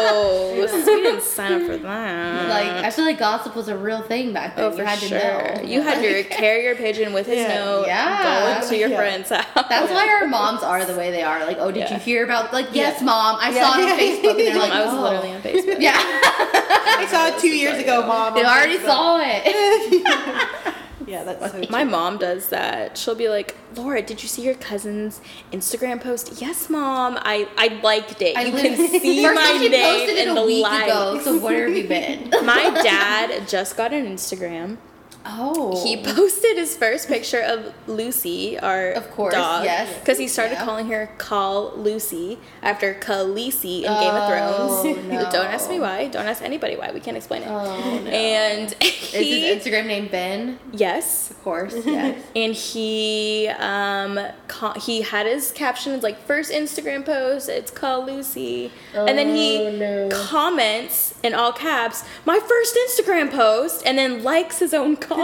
[SPEAKER 2] Oh, we didn't sign up for that.
[SPEAKER 4] Like I feel like gossip was a real thing back then.
[SPEAKER 2] Uh, Oh,
[SPEAKER 4] you
[SPEAKER 2] for
[SPEAKER 4] had
[SPEAKER 2] sure.
[SPEAKER 4] to know.
[SPEAKER 2] You had your carrier pigeon with his
[SPEAKER 3] Yeah.
[SPEAKER 2] note
[SPEAKER 4] Yeah.
[SPEAKER 2] going to your
[SPEAKER 3] Yeah.
[SPEAKER 2] friend's house.
[SPEAKER 4] That's why our moms are the way they are. Like, oh, did
[SPEAKER 2] Yeah.
[SPEAKER 4] you hear about? Like,
[SPEAKER 3] Yeah.
[SPEAKER 4] yes, mom, I
[SPEAKER 3] Yeah.
[SPEAKER 4] saw it on Facebook. And they're like,
[SPEAKER 2] I was
[SPEAKER 4] oh.
[SPEAKER 2] literally on Facebook.
[SPEAKER 4] yeah,
[SPEAKER 3] I saw it two years ago, mom.
[SPEAKER 4] they
[SPEAKER 3] on
[SPEAKER 2] Oh
[SPEAKER 4] already
[SPEAKER 3] Facebook.
[SPEAKER 4] saw it.
[SPEAKER 3] Yeah, that's so
[SPEAKER 2] My mom does that. She'll be like, Laura, did you see your cousin's Instagram post? Yes, mom. I, I liked it. you can
[SPEAKER 4] literally-
[SPEAKER 2] see
[SPEAKER 4] First
[SPEAKER 2] my
[SPEAKER 4] time she
[SPEAKER 2] name
[SPEAKER 4] posted it
[SPEAKER 2] in
[SPEAKER 4] a
[SPEAKER 2] the
[SPEAKER 4] week
[SPEAKER 2] light.
[SPEAKER 4] ago. So where have you been?
[SPEAKER 2] My dad just got an Instagram.
[SPEAKER 4] Oh,
[SPEAKER 2] He posted his first picture of Lucy, our
[SPEAKER 4] Of course,
[SPEAKER 2] dog,
[SPEAKER 4] yes.
[SPEAKER 2] because he started
[SPEAKER 4] Yeah.
[SPEAKER 2] calling her Call Lucy after Khaleesi in Game of Thrones.
[SPEAKER 4] Oh, no.
[SPEAKER 2] Don't ask me why. Don't ask anybody why. We can't explain it.
[SPEAKER 4] Oh, no.
[SPEAKER 2] And
[SPEAKER 4] is
[SPEAKER 2] he,
[SPEAKER 4] his Instagram name Ben?
[SPEAKER 2] yes,
[SPEAKER 4] Of course, yes.
[SPEAKER 2] and he um co- he had his captions like first Instagram post it's called Lucy and then he
[SPEAKER 4] Oh, no.
[SPEAKER 2] comments in all caps my first Instagram post and then likes his own comments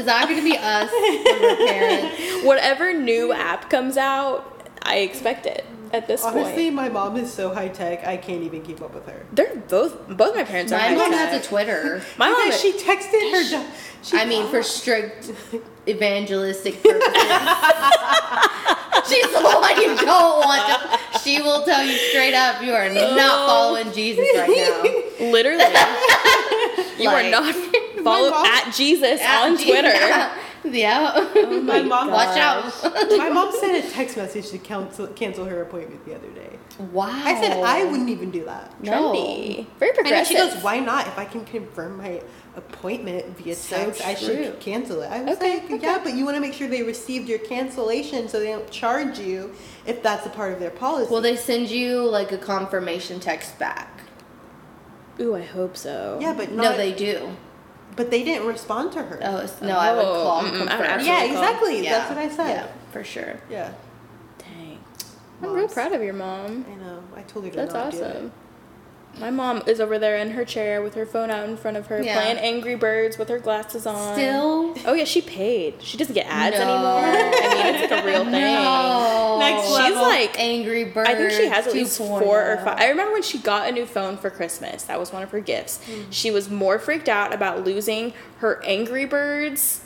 [SPEAKER 4] Is that going to be us? when we're parents?
[SPEAKER 2] whatever new app comes out I expect it at this
[SPEAKER 3] Honestly,
[SPEAKER 2] point
[SPEAKER 3] my mom is so high tech. I can't even keep up with her.
[SPEAKER 2] they're both both my parents are
[SPEAKER 4] My mom
[SPEAKER 2] high-tech.
[SPEAKER 4] has a Twitter.
[SPEAKER 2] my mom
[SPEAKER 3] Because she texted her. do- She
[SPEAKER 4] I mean, for strict evangelistic purposes. She's the one you don't want to. She will tell you straight up, you are not following Jesus right
[SPEAKER 2] literally you
[SPEAKER 4] Like-
[SPEAKER 2] are not follow
[SPEAKER 3] mom-
[SPEAKER 2] at Jesus
[SPEAKER 4] now.
[SPEAKER 2] on Twitter Oh
[SPEAKER 4] Yeah. Yeah.
[SPEAKER 3] Oh my mom.
[SPEAKER 4] Watch out.
[SPEAKER 3] My mom sent a text message to cancel cancel her appointment the other day.
[SPEAKER 4] Wow.
[SPEAKER 3] I said I wouldn't even do that.
[SPEAKER 4] No.
[SPEAKER 2] trendy very
[SPEAKER 3] And then
[SPEAKER 2] progressive
[SPEAKER 3] she goes, "Why not? If I can confirm my appointment via
[SPEAKER 4] So
[SPEAKER 3] text, I
[SPEAKER 4] true.
[SPEAKER 3] should cancel it." I was
[SPEAKER 2] Okay,
[SPEAKER 3] like, "Yeah, but you want to make sure they received your cancellation so they don't charge you if that's a part of their policy."
[SPEAKER 4] Will they send you like a confirmation text back?
[SPEAKER 2] Ooh, I hope so.
[SPEAKER 3] yeah, but
[SPEAKER 4] no,
[SPEAKER 3] not-
[SPEAKER 4] they do.
[SPEAKER 3] But they didn't respond to her.
[SPEAKER 4] Oh it's- no, I would
[SPEAKER 2] Oh,
[SPEAKER 4] call. and
[SPEAKER 2] mm-mm, I would
[SPEAKER 4] confirm.
[SPEAKER 2] absolutely
[SPEAKER 3] yeah,
[SPEAKER 2] call.
[SPEAKER 3] exactly.
[SPEAKER 4] Yeah,
[SPEAKER 3] That's what I said.
[SPEAKER 4] Yeah, for sure.
[SPEAKER 3] Yeah,
[SPEAKER 2] Dang. I'm real
[SPEAKER 3] Moms.
[SPEAKER 2] proud of your mom.
[SPEAKER 3] I know. I totally did
[SPEAKER 2] That's
[SPEAKER 3] not do it.
[SPEAKER 2] awesome. My mom is over there in her chair with her phone out in front of her,
[SPEAKER 4] Yeah.
[SPEAKER 2] playing Angry Birds with her glasses on.
[SPEAKER 4] Still?
[SPEAKER 2] Oh yeah, she paid. She doesn't get ads
[SPEAKER 4] No.
[SPEAKER 2] anymore. I mean, it's like a real thing.
[SPEAKER 4] No.
[SPEAKER 3] Next
[SPEAKER 2] She's
[SPEAKER 3] level.
[SPEAKER 2] like,
[SPEAKER 4] Angry Birds.
[SPEAKER 2] I think she has at least four or
[SPEAKER 4] 2.0.
[SPEAKER 2] five. I remember when she got a new phone for Christmas. That was one of her gifts.
[SPEAKER 4] Hmm.
[SPEAKER 2] She was more freaked out about losing her Angry Birds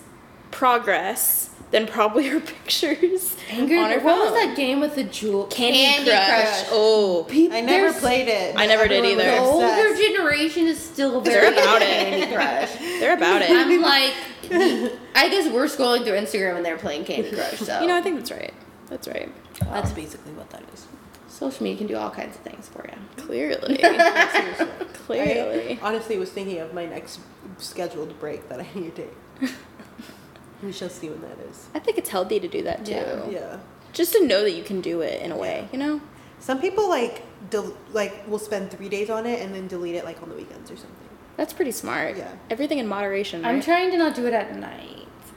[SPEAKER 2] progress than probably her pictures
[SPEAKER 4] Angry
[SPEAKER 2] on her
[SPEAKER 4] What
[SPEAKER 2] phone.
[SPEAKER 4] was that game with the jewel?
[SPEAKER 2] Candy, Crush. Oh,
[SPEAKER 4] People,
[SPEAKER 5] I never
[SPEAKER 4] there's-
[SPEAKER 5] played it.
[SPEAKER 2] I never did
[SPEAKER 5] Everyone was
[SPEAKER 2] either.
[SPEAKER 4] The older
[SPEAKER 5] obsessed.
[SPEAKER 4] generation is still
[SPEAKER 2] They're
[SPEAKER 4] very
[SPEAKER 2] about
[SPEAKER 4] into
[SPEAKER 2] it.
[SPEAKER 4] Candy Crush.
[SPEAKER 2] they're about it.
[SPEAKER 4] I'm like, the- I guess we're scrolling through Instagram and they're playing Candy Crush. So
[SPEAKER 2] you know, I think that's right. That's right.
[SPEAKER 3] That's basically what that is.
[SPEAKER 4] social media can do all kinds of things for you.
[SPEAKER 2] Clearly.
[SPEAKER 3] Seriously.
[SPEAKER 2] Clearly.
[SPEAKER 3] I honestly was thinking of my next scheduled break that I need to take. we shall see when that is.
[SPEAKER 2] I think it's healthy to do that too.
[SPEAKER 4] Yeah.
[SPEAKER 3] Yeah.
[SPEAKER 2] Just to know that you can do it in a way, you know?
[SPEAKER 3] Some people like del- like will spend three days on it and then delete it like on the weekends or something.
[SPEAKER 2] That's pretty smart.
[SPEAKER 3] Yeah.
[SPEAKER 2] Everything in moderation. Right?
[SPEAKER 4] I'm trying to not do it at night.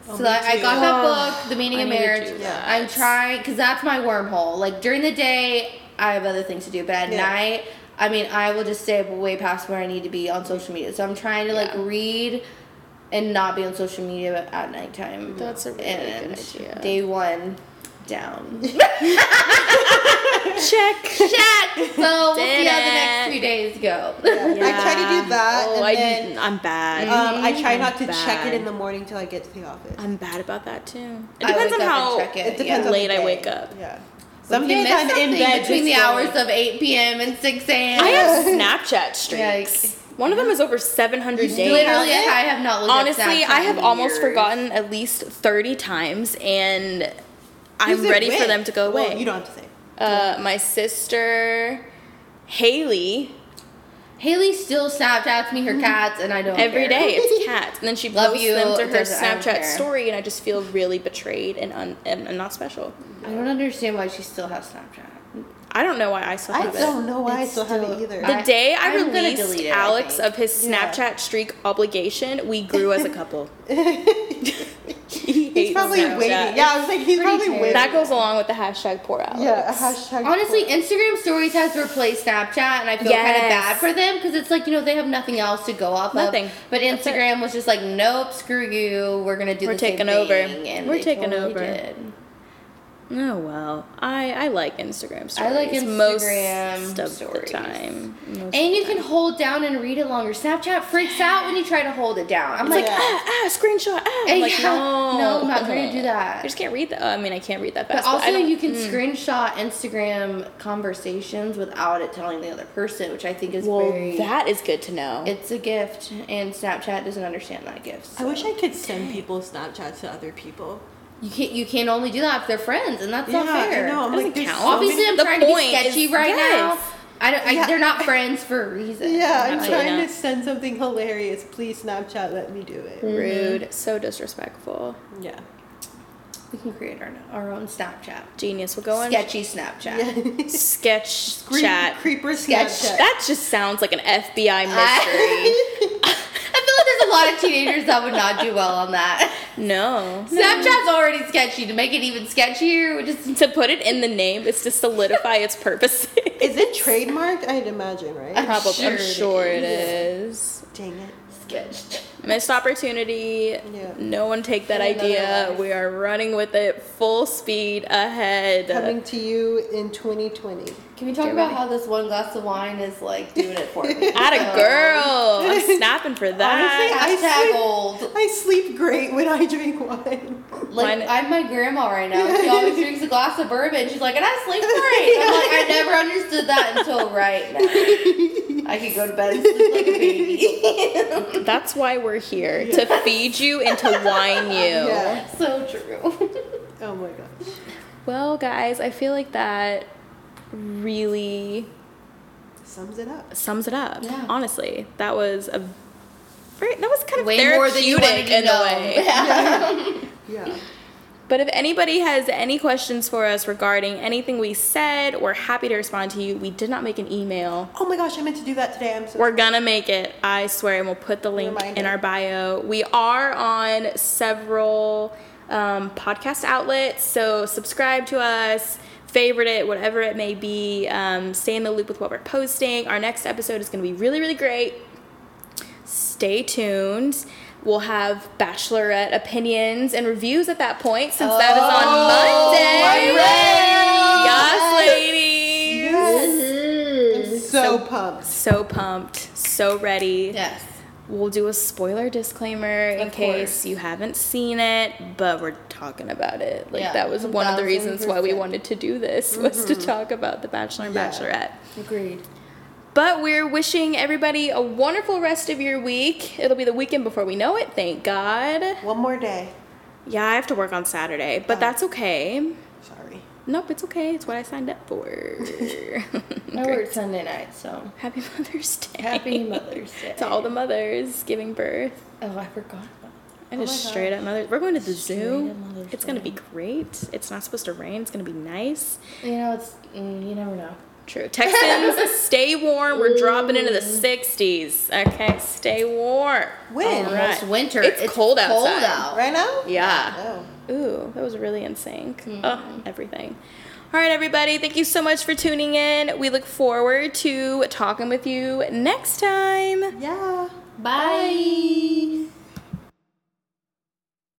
[SPEAKER 3] Oh,
[SPEAKER 4] so
[SPEAKER 3] me
[SPEAKER 4] I, I got
[SPEAKER 3] too.
[SPEAKER 4] that book, The Meaning
[SPEAKER 2] I
[SPEAKER 4] of
[SPEAKER 2] need to
[SPEAKER 4] Marriage.
[SPEAKER 2] do
[SPEAKER 3] that.
[SPEAKER 4] I'm trying because that's my wormhole. Like during the day, I have other things to do, but at
[SPEAKER 3] Yeah.
[SPEAKER 4] night, I mean, I will just stay up way past where I need to be on social media. So I'm trying to like
[SPEAKER 2] Yeah.
[SPEAKER 4] read and not be on social media at nighttime.
[SPEAKER 2] That's a really good
[SPEAKER 4] and
[SPEAKER 2] idea.
[SPEAKER 4] Day one, down.
[SPEAKER 2] check.
[SPEAKER 4] Check. So we'll see how the
[SPEAKER 2] Did
[SPEAKER 4] next
[SPEAKER 2] it.
[SPEAKER 4] few days go.
[SPEAKER 3] I try to do that
[SPEAKER 2] Oh,
[SPEAKER 3] and
[SPEAKER 2] I,
[SPEAKER 3] then
[SPEAKER 2] am bad.
[SPEAKER 3] um, I try not to check
[SPEAKER 2] Bad.
[SPEAKER 3] it in the morning till I get to the office.
[SPEAKER 2] I'm bad about that too. It
[SPEAKER 4] I
[SPEAKER 2] depends on
[SPEAKER 4] wake up and
[SPEAKER 2] how.
[SPEAKER 4] check it.
[SPEAKER 3] it
[SPEAKER 4] yeah.
[SPEAKER 3] depends on
[SPEAKER 2] Late
[SPEAKER 3] the
[SPEAKER 2] I
[SPEAKER 3] day.
[SPEAKER 2] wake up.
[SPEAKER 3] Yeah.
[SPEAKER 4] If
[SPEAKER 3] Some
[SPEAKER 4] you
[SPEAKER 3] days
[SPEAKER 4] miss
[SPEAKER 3] I'm in
[SPEAKER 4] something
[SPEAKER 3] bed
[SPEAKER 4] between the
[SPEAKER 3] just
[SPEAKER 4] hours
[SPEAKER 3] like-
[SPEAKER 4] of 8 p.m. and 6 a.m.
[SPEAKER 2] I have Snapchat streaks.
[SPEAKER 4] Yikes.
[SPEAKER 2] One of them is over 700 days.
[SPEAKER 4] Literally, I have not
[SPEAKER 3] Oh,
[SPEAKER 4] looked at
[SPEAKER 2] Honestly,
[SPEAKER 4] Snapchat
[SPEAKER 2] I have
[SPEAKER 4] in
[SPEAKER 2] almost
[SPEAKER 4] years.
[SPEAKER 2] forgotten at least 30 times, and I'm
[SPEAKER 3] Who's it
[SPEAKER 2] ready for
[SPEAKER 3] with?
[SPEAKER 2] them to go away.
[SPEAKER 3] Well, you don't have to say.
[SPEAKER 2] uh, my sister, Haley,
[SPEAKER 4] Haley still Snapchats me her cats, and I don't
[SPEAKER 2] Mm-hmm. every
[SPEAKER 4] care.
[SPEAKER 2] day it's cats, and then she
[SPEAKER 4] Love
[SPEAKER 2] posts
[SPEAKER 4] you,
[SPEAKER 2] them to her
[SPEAKER 4] doesn't- I don't
[SPEAKER 2] Snapchat
[SPEAKER 4] care.
[SPEAKER 2] story, and I just feel really betrayed and, un- and, and not special.
[SPEAKER 4] I don't understand why she still has Snapchat.
[SPEAKER 2] I don't know why I still
[SPEAKER 3] I
[SPEAKER 2] have it.
[SPEAKER 3] don't know why
[SPEAKER 4] It's
[SPEAKER 3] I still have
[SPEAKER 4] still-
[SPEAKER 3] it either.
[SPEAKER 4] I-
[SPEAKER 2] The day I
[SPEAKER 4] I'm gonna
[SPEAKER 2] released
[SPEAKER 4] delete it, I
[SPEAKER 2] Alex
[SPEAKER 4] think.
[SPEAKER 2] of his
[SPEAKER 3] Yeah.
[SPEAKER 2] Snapchat streak obligation, we grew as a couple.
[SPEAKER 3] he's probably
[SPEAKER 2] Snapchat.
[SPEAKER 3] waiting. Yeah, I was like, he's probably
[SPEAKER 4] terrible.
[SPEAKER 3] waiting.
[SPEAKER 2] That goes along with the hashtag poor Alex.
[SPEAKER 3] yeah, a hashtag.
[SPEAKER 4] Honestly, Instagram stories has replaced Snapchat, and I feel kind of
[SPEAKER 2] Yes.
[SPEAKER 4] bad for them because it's like you know they have nothing else to go off
[SPEAKER 2] Nothing.
[SPEAKER 4] of. But Instagram was just like, nope, screw you. We're gonna do.
[SPEAKER 2] We're
[SPEAKER 4] the same
[SPEAKER 2] taking over.
[SPEAKER 4] thing," and
[SPEAKER 2] We're
[SPEAKER 4] they
[SPEAKER 2] taking
[SPEAKER 4] totally
[SPEAKER 2] over.
[SPEAKER 4] did.
[SPEAKER 2] Oh well, I I like Instagram stories.
[SPEAKER 4] I like Instagram
[SPEAKER 2] most of
[SPEAKER 4] stories.
[SPEAKER 2] the time. Most
[SPEAKER 4] And you can hold down and read it longer. Snapchat freaks out when you try to hold it down. I'm
[SPEAKER 2] it's like
[SPEAKER 4] like,
[SPEAKER 2] ah ah screenshot ah
[SPEAKER 4] Eh,
[SPEAKER 2] I'm like
[SPEAKER 4] yeah.
[SPEAKER 2] no
[SPEAKER 4] No, I'm not gonna do that.
[SPEAKER 2] I just can't read that. Oh, I mean, I can't read that
[SPEAKER 4] But
[SPEAKER 2] fast. I
[SPEAKER 4] also,
[SPEAKER 2] don't-
[SPEAKER 4] you can screenshot Instagram conversations without it telling the other person, which I think is
[SPEAKER 2] Well,
[SPEAKER 4] very.
[SPEAKER 2] that is good to know.
[SPEAKER 4] it's a gift, and Snapchat doesn't understand that gift.
[SPEAKER 3] I
[SPEAKER 4] So.
[SPEAKER 3] wish I could send people Snapchats to other people.
[SPEAKER 4] You can't. You can only do that if they're friends, and that's not
[SPEAKER 3] yeah,
[SPEAKER 4] fair.
[SPEAKER 3] I know. I'm
[SPEAKER 2] Doesn't
[SPEAKER 3] like, there's
[SPEAKER 2] count.
[SPEAKER 3] so
[SPEAKER 4] Obviously,
[SPEAKER 3] many-
[SPEAKER 4] I'm
[SPEAKER 2] The
[SPEAKER 4] trying to be
[SPEAKER 2] point is-
[SPEAKER 4] sketchy right
[SPEAKER 2] yes.
[SPEAKER 4] now. I don't. I,
[SPEAKER 3] Yeah.
[SPEAKER 4] They're not friends for a reason.
[SPEAKER 3] Yeah,
[SPEAKER 2] I
[SPEAKER 3] I'm
[SPEAKER 2] know.
[SPEAKER 3] trying to send something hilarious. Please Snapchat, let me do it.
[SPEAKER 2] Mm. Rude, so disrespectful,
[SPEAKER 3] Yeah.
[SPEAKER 4] We can create our our own Snapchat.
[SPEAKER 2] genius. We'll go on
[SPEAKER 4] Sketchy Snapchat.
[SPEAKER 2] sketch
[SPEAKER 3] Creep-
[SPEAKER 2] chat.
[SPEAKER 3] Creeper
[SPEAKER 4] Sketch
[SPEAKER 3] Snapchat.
[SPEAKER 2] That just sounds like an FBI mystery.
[SPEAKER 4] I, I feel like there's a lot of teenagers that would not do well on that.
[SPEAKER 2] no.
[SPEAKER 4] Snapchat's already sketchy. To make it even sketchier, we just
[SPEAKER 2] To put it in the name is to solidify its purpose.
[SPEAKER 3] Is it trademarked? I'd imagine, right?
[SPEAKER 4] Uh,
[SPEAKER 2] Probably,
[SPEAKER 4] sure
[SPEAKER 2] I'm
[SPEAKER 4] it
[SPEAKER 2] sure it is.
[SPEAKER 3] Dang it.
[SPEAKER 4] sketched.
[SPEAKER 2] Missed opportunity.
[SPEAKER 3] Yeah.
[SPEAKER 2] No one take that
[SPEAKER 4] Another
[SPEAKER 2] idea.
[SPEAKER 4] life.
[SPEAKER 2] We are running with it full speed ahead.
[SPEAKER 3] Coming to you in 2020.
[SPEAKER 4] Can we talk about how this one glass of wine is like doing it for me?
[SPEAKER 2] At a girl. I'm snapping for that.
[SPEAKER 3] I
[SPEAKER 4] Hashtag
[SPEAKER 3] sleep-
[SPEAKER 4] old.
[SPEAKER 3] I sleep great when I drink wine.
[SPEAKER 4] Like
[SPEAKER 2] Mine-
[SPEAKER 4] I'm my grandma right now. She always drinks a glass of bourbon. She's like, and I sleep great. I'm like, I never understood that until right now. I could go to bed and sleep like a baby.
[SPEAKER 2] That's why we're here to feed you and to wine you.
[SPEAKER 3] Yeah.
[SPEAKER 4] so true.
[SPEAKER 3] Oh my gosh.
[SPEAKER 2] Well, guys, I feel like that really
[SPEAKER 3] Sums it up.
[SPEAKER 2] sums it up.
[SPEAKER 4] Yeah.
[SPEAKER 2] Honestly, that was a very, that was kind of
[SPEAKER 4] Way more than you
[SPEAKER 2] therapeutic
[SPEAKER 4] wanted
[SPEAKER 2] in
[SPEAKER 4] to
[SPEAKER 2] a
[SPEAKER 4] know.
[SPEAKER 2] way.
[SPEAKER 3] Yeah.
[SPEAKER 2] But if anybody has any questions for us regarding anything we said, we're happy to respond to you. We did not make an email.
[SPEAKER 3] Oh my gosh, I meant to do that today. I'm so
[SPEAKER 2] We're gonna make it, I swear, and we'll put the link in
[SPEAKER 3] Reminder.
[SPEAKER 2] our bio. We are on several um, podcast outlets, so subscribe to us, favorite it, whatever it may be. Um, stay in the loop with what we're posting. Our next episode is going to be really, really great. Stay tuned. We'll have bachelorette opinions and reviews at that point since that is on Monday. Yes, ladies.
[SPEAKER 3] So pumped.
[SPEAKER 2] So pumped, so ready.
[SPEAKER 4] Yes.
[SPEAKER 2] We'll do a spoiler disclaimer in
[SPEAKER 4] Of
[SPEAKER 2] case
[SPEAKER 4] course.
[SPEAKER 2] you haven't seen it, but we're talking about it. Like
[SPEAKER 4] Yeah,
[SPEAKER 2] that was one of the
[SPEAKER 4] 1000%.
[SPEAKER 2] reasons why we wanted to do this was to talk about The Bachelor and
[SPEAKER 4] Yeah.
[SPEAKER 2] Bachelorette.
[SPEAKER 4] Agreed.
[SPEAKER 2] But we're wishing everybody a wonderful rest of your week. It'll be the weekend before we know it, thank God.
[SPEAKER 3] One more day.
[SPEAKER 2] Yeah, I have to work on Saturday, but that's okay.
[SPEAKER 3] Sorry.
[SPEAKER 2] Nope, it's okay. It's what I signed up for.
[SPEAKER 4] I worked Sunday night, so
[SPEAKER 2] Happy Mother's Day.
[SPEAKER 4] happy Mother's Day.
[SPEAKER 2] to all the mothers giving birth.
[SPEAKER 4] Oh, I forgot about
[SPEAKER 2] And
[SPEAKER 3] Oh
[SPEAKER 2] just
[SPEAKER 3] my
[SPEAKER 2] straight up mothers. We're going to the
[SPEAKER 4] Straight
[SPEAKER 2] zoo.
[SPEAKER 4] up Mother's
[SPEAKER 2] It's gonna be
[SPEAKER 4] Day.
[SPEAKER 2] great. It's not supposed to rain. It's gonna be nice.
[SPEAKER 4] that. You know, it's mm, you never know.
[SPEAKER 2] True. Texans, stay warm. We're dropping into the 60s. Okay, stay warm.
[SPEAKER 3] When?
[SPEAKER 2] All
[SPEAKER 4] Almost winter.
[SPEAKER 2] It's cold outside.
[SPEAKER 4] Cold out.
[SPEAKER 3] Right now?
[SPEAKER 2] Yeah.
[SPEAKER 3] Oh.
[SPEAKER 2] Ooh, that was really in sync. Oh, everything. All right, everybody. Thank you so much for tuning in. We look forward to talking with you next time.
[SPEAKER 3] Yeah.
[SPEAKER 4] Bye.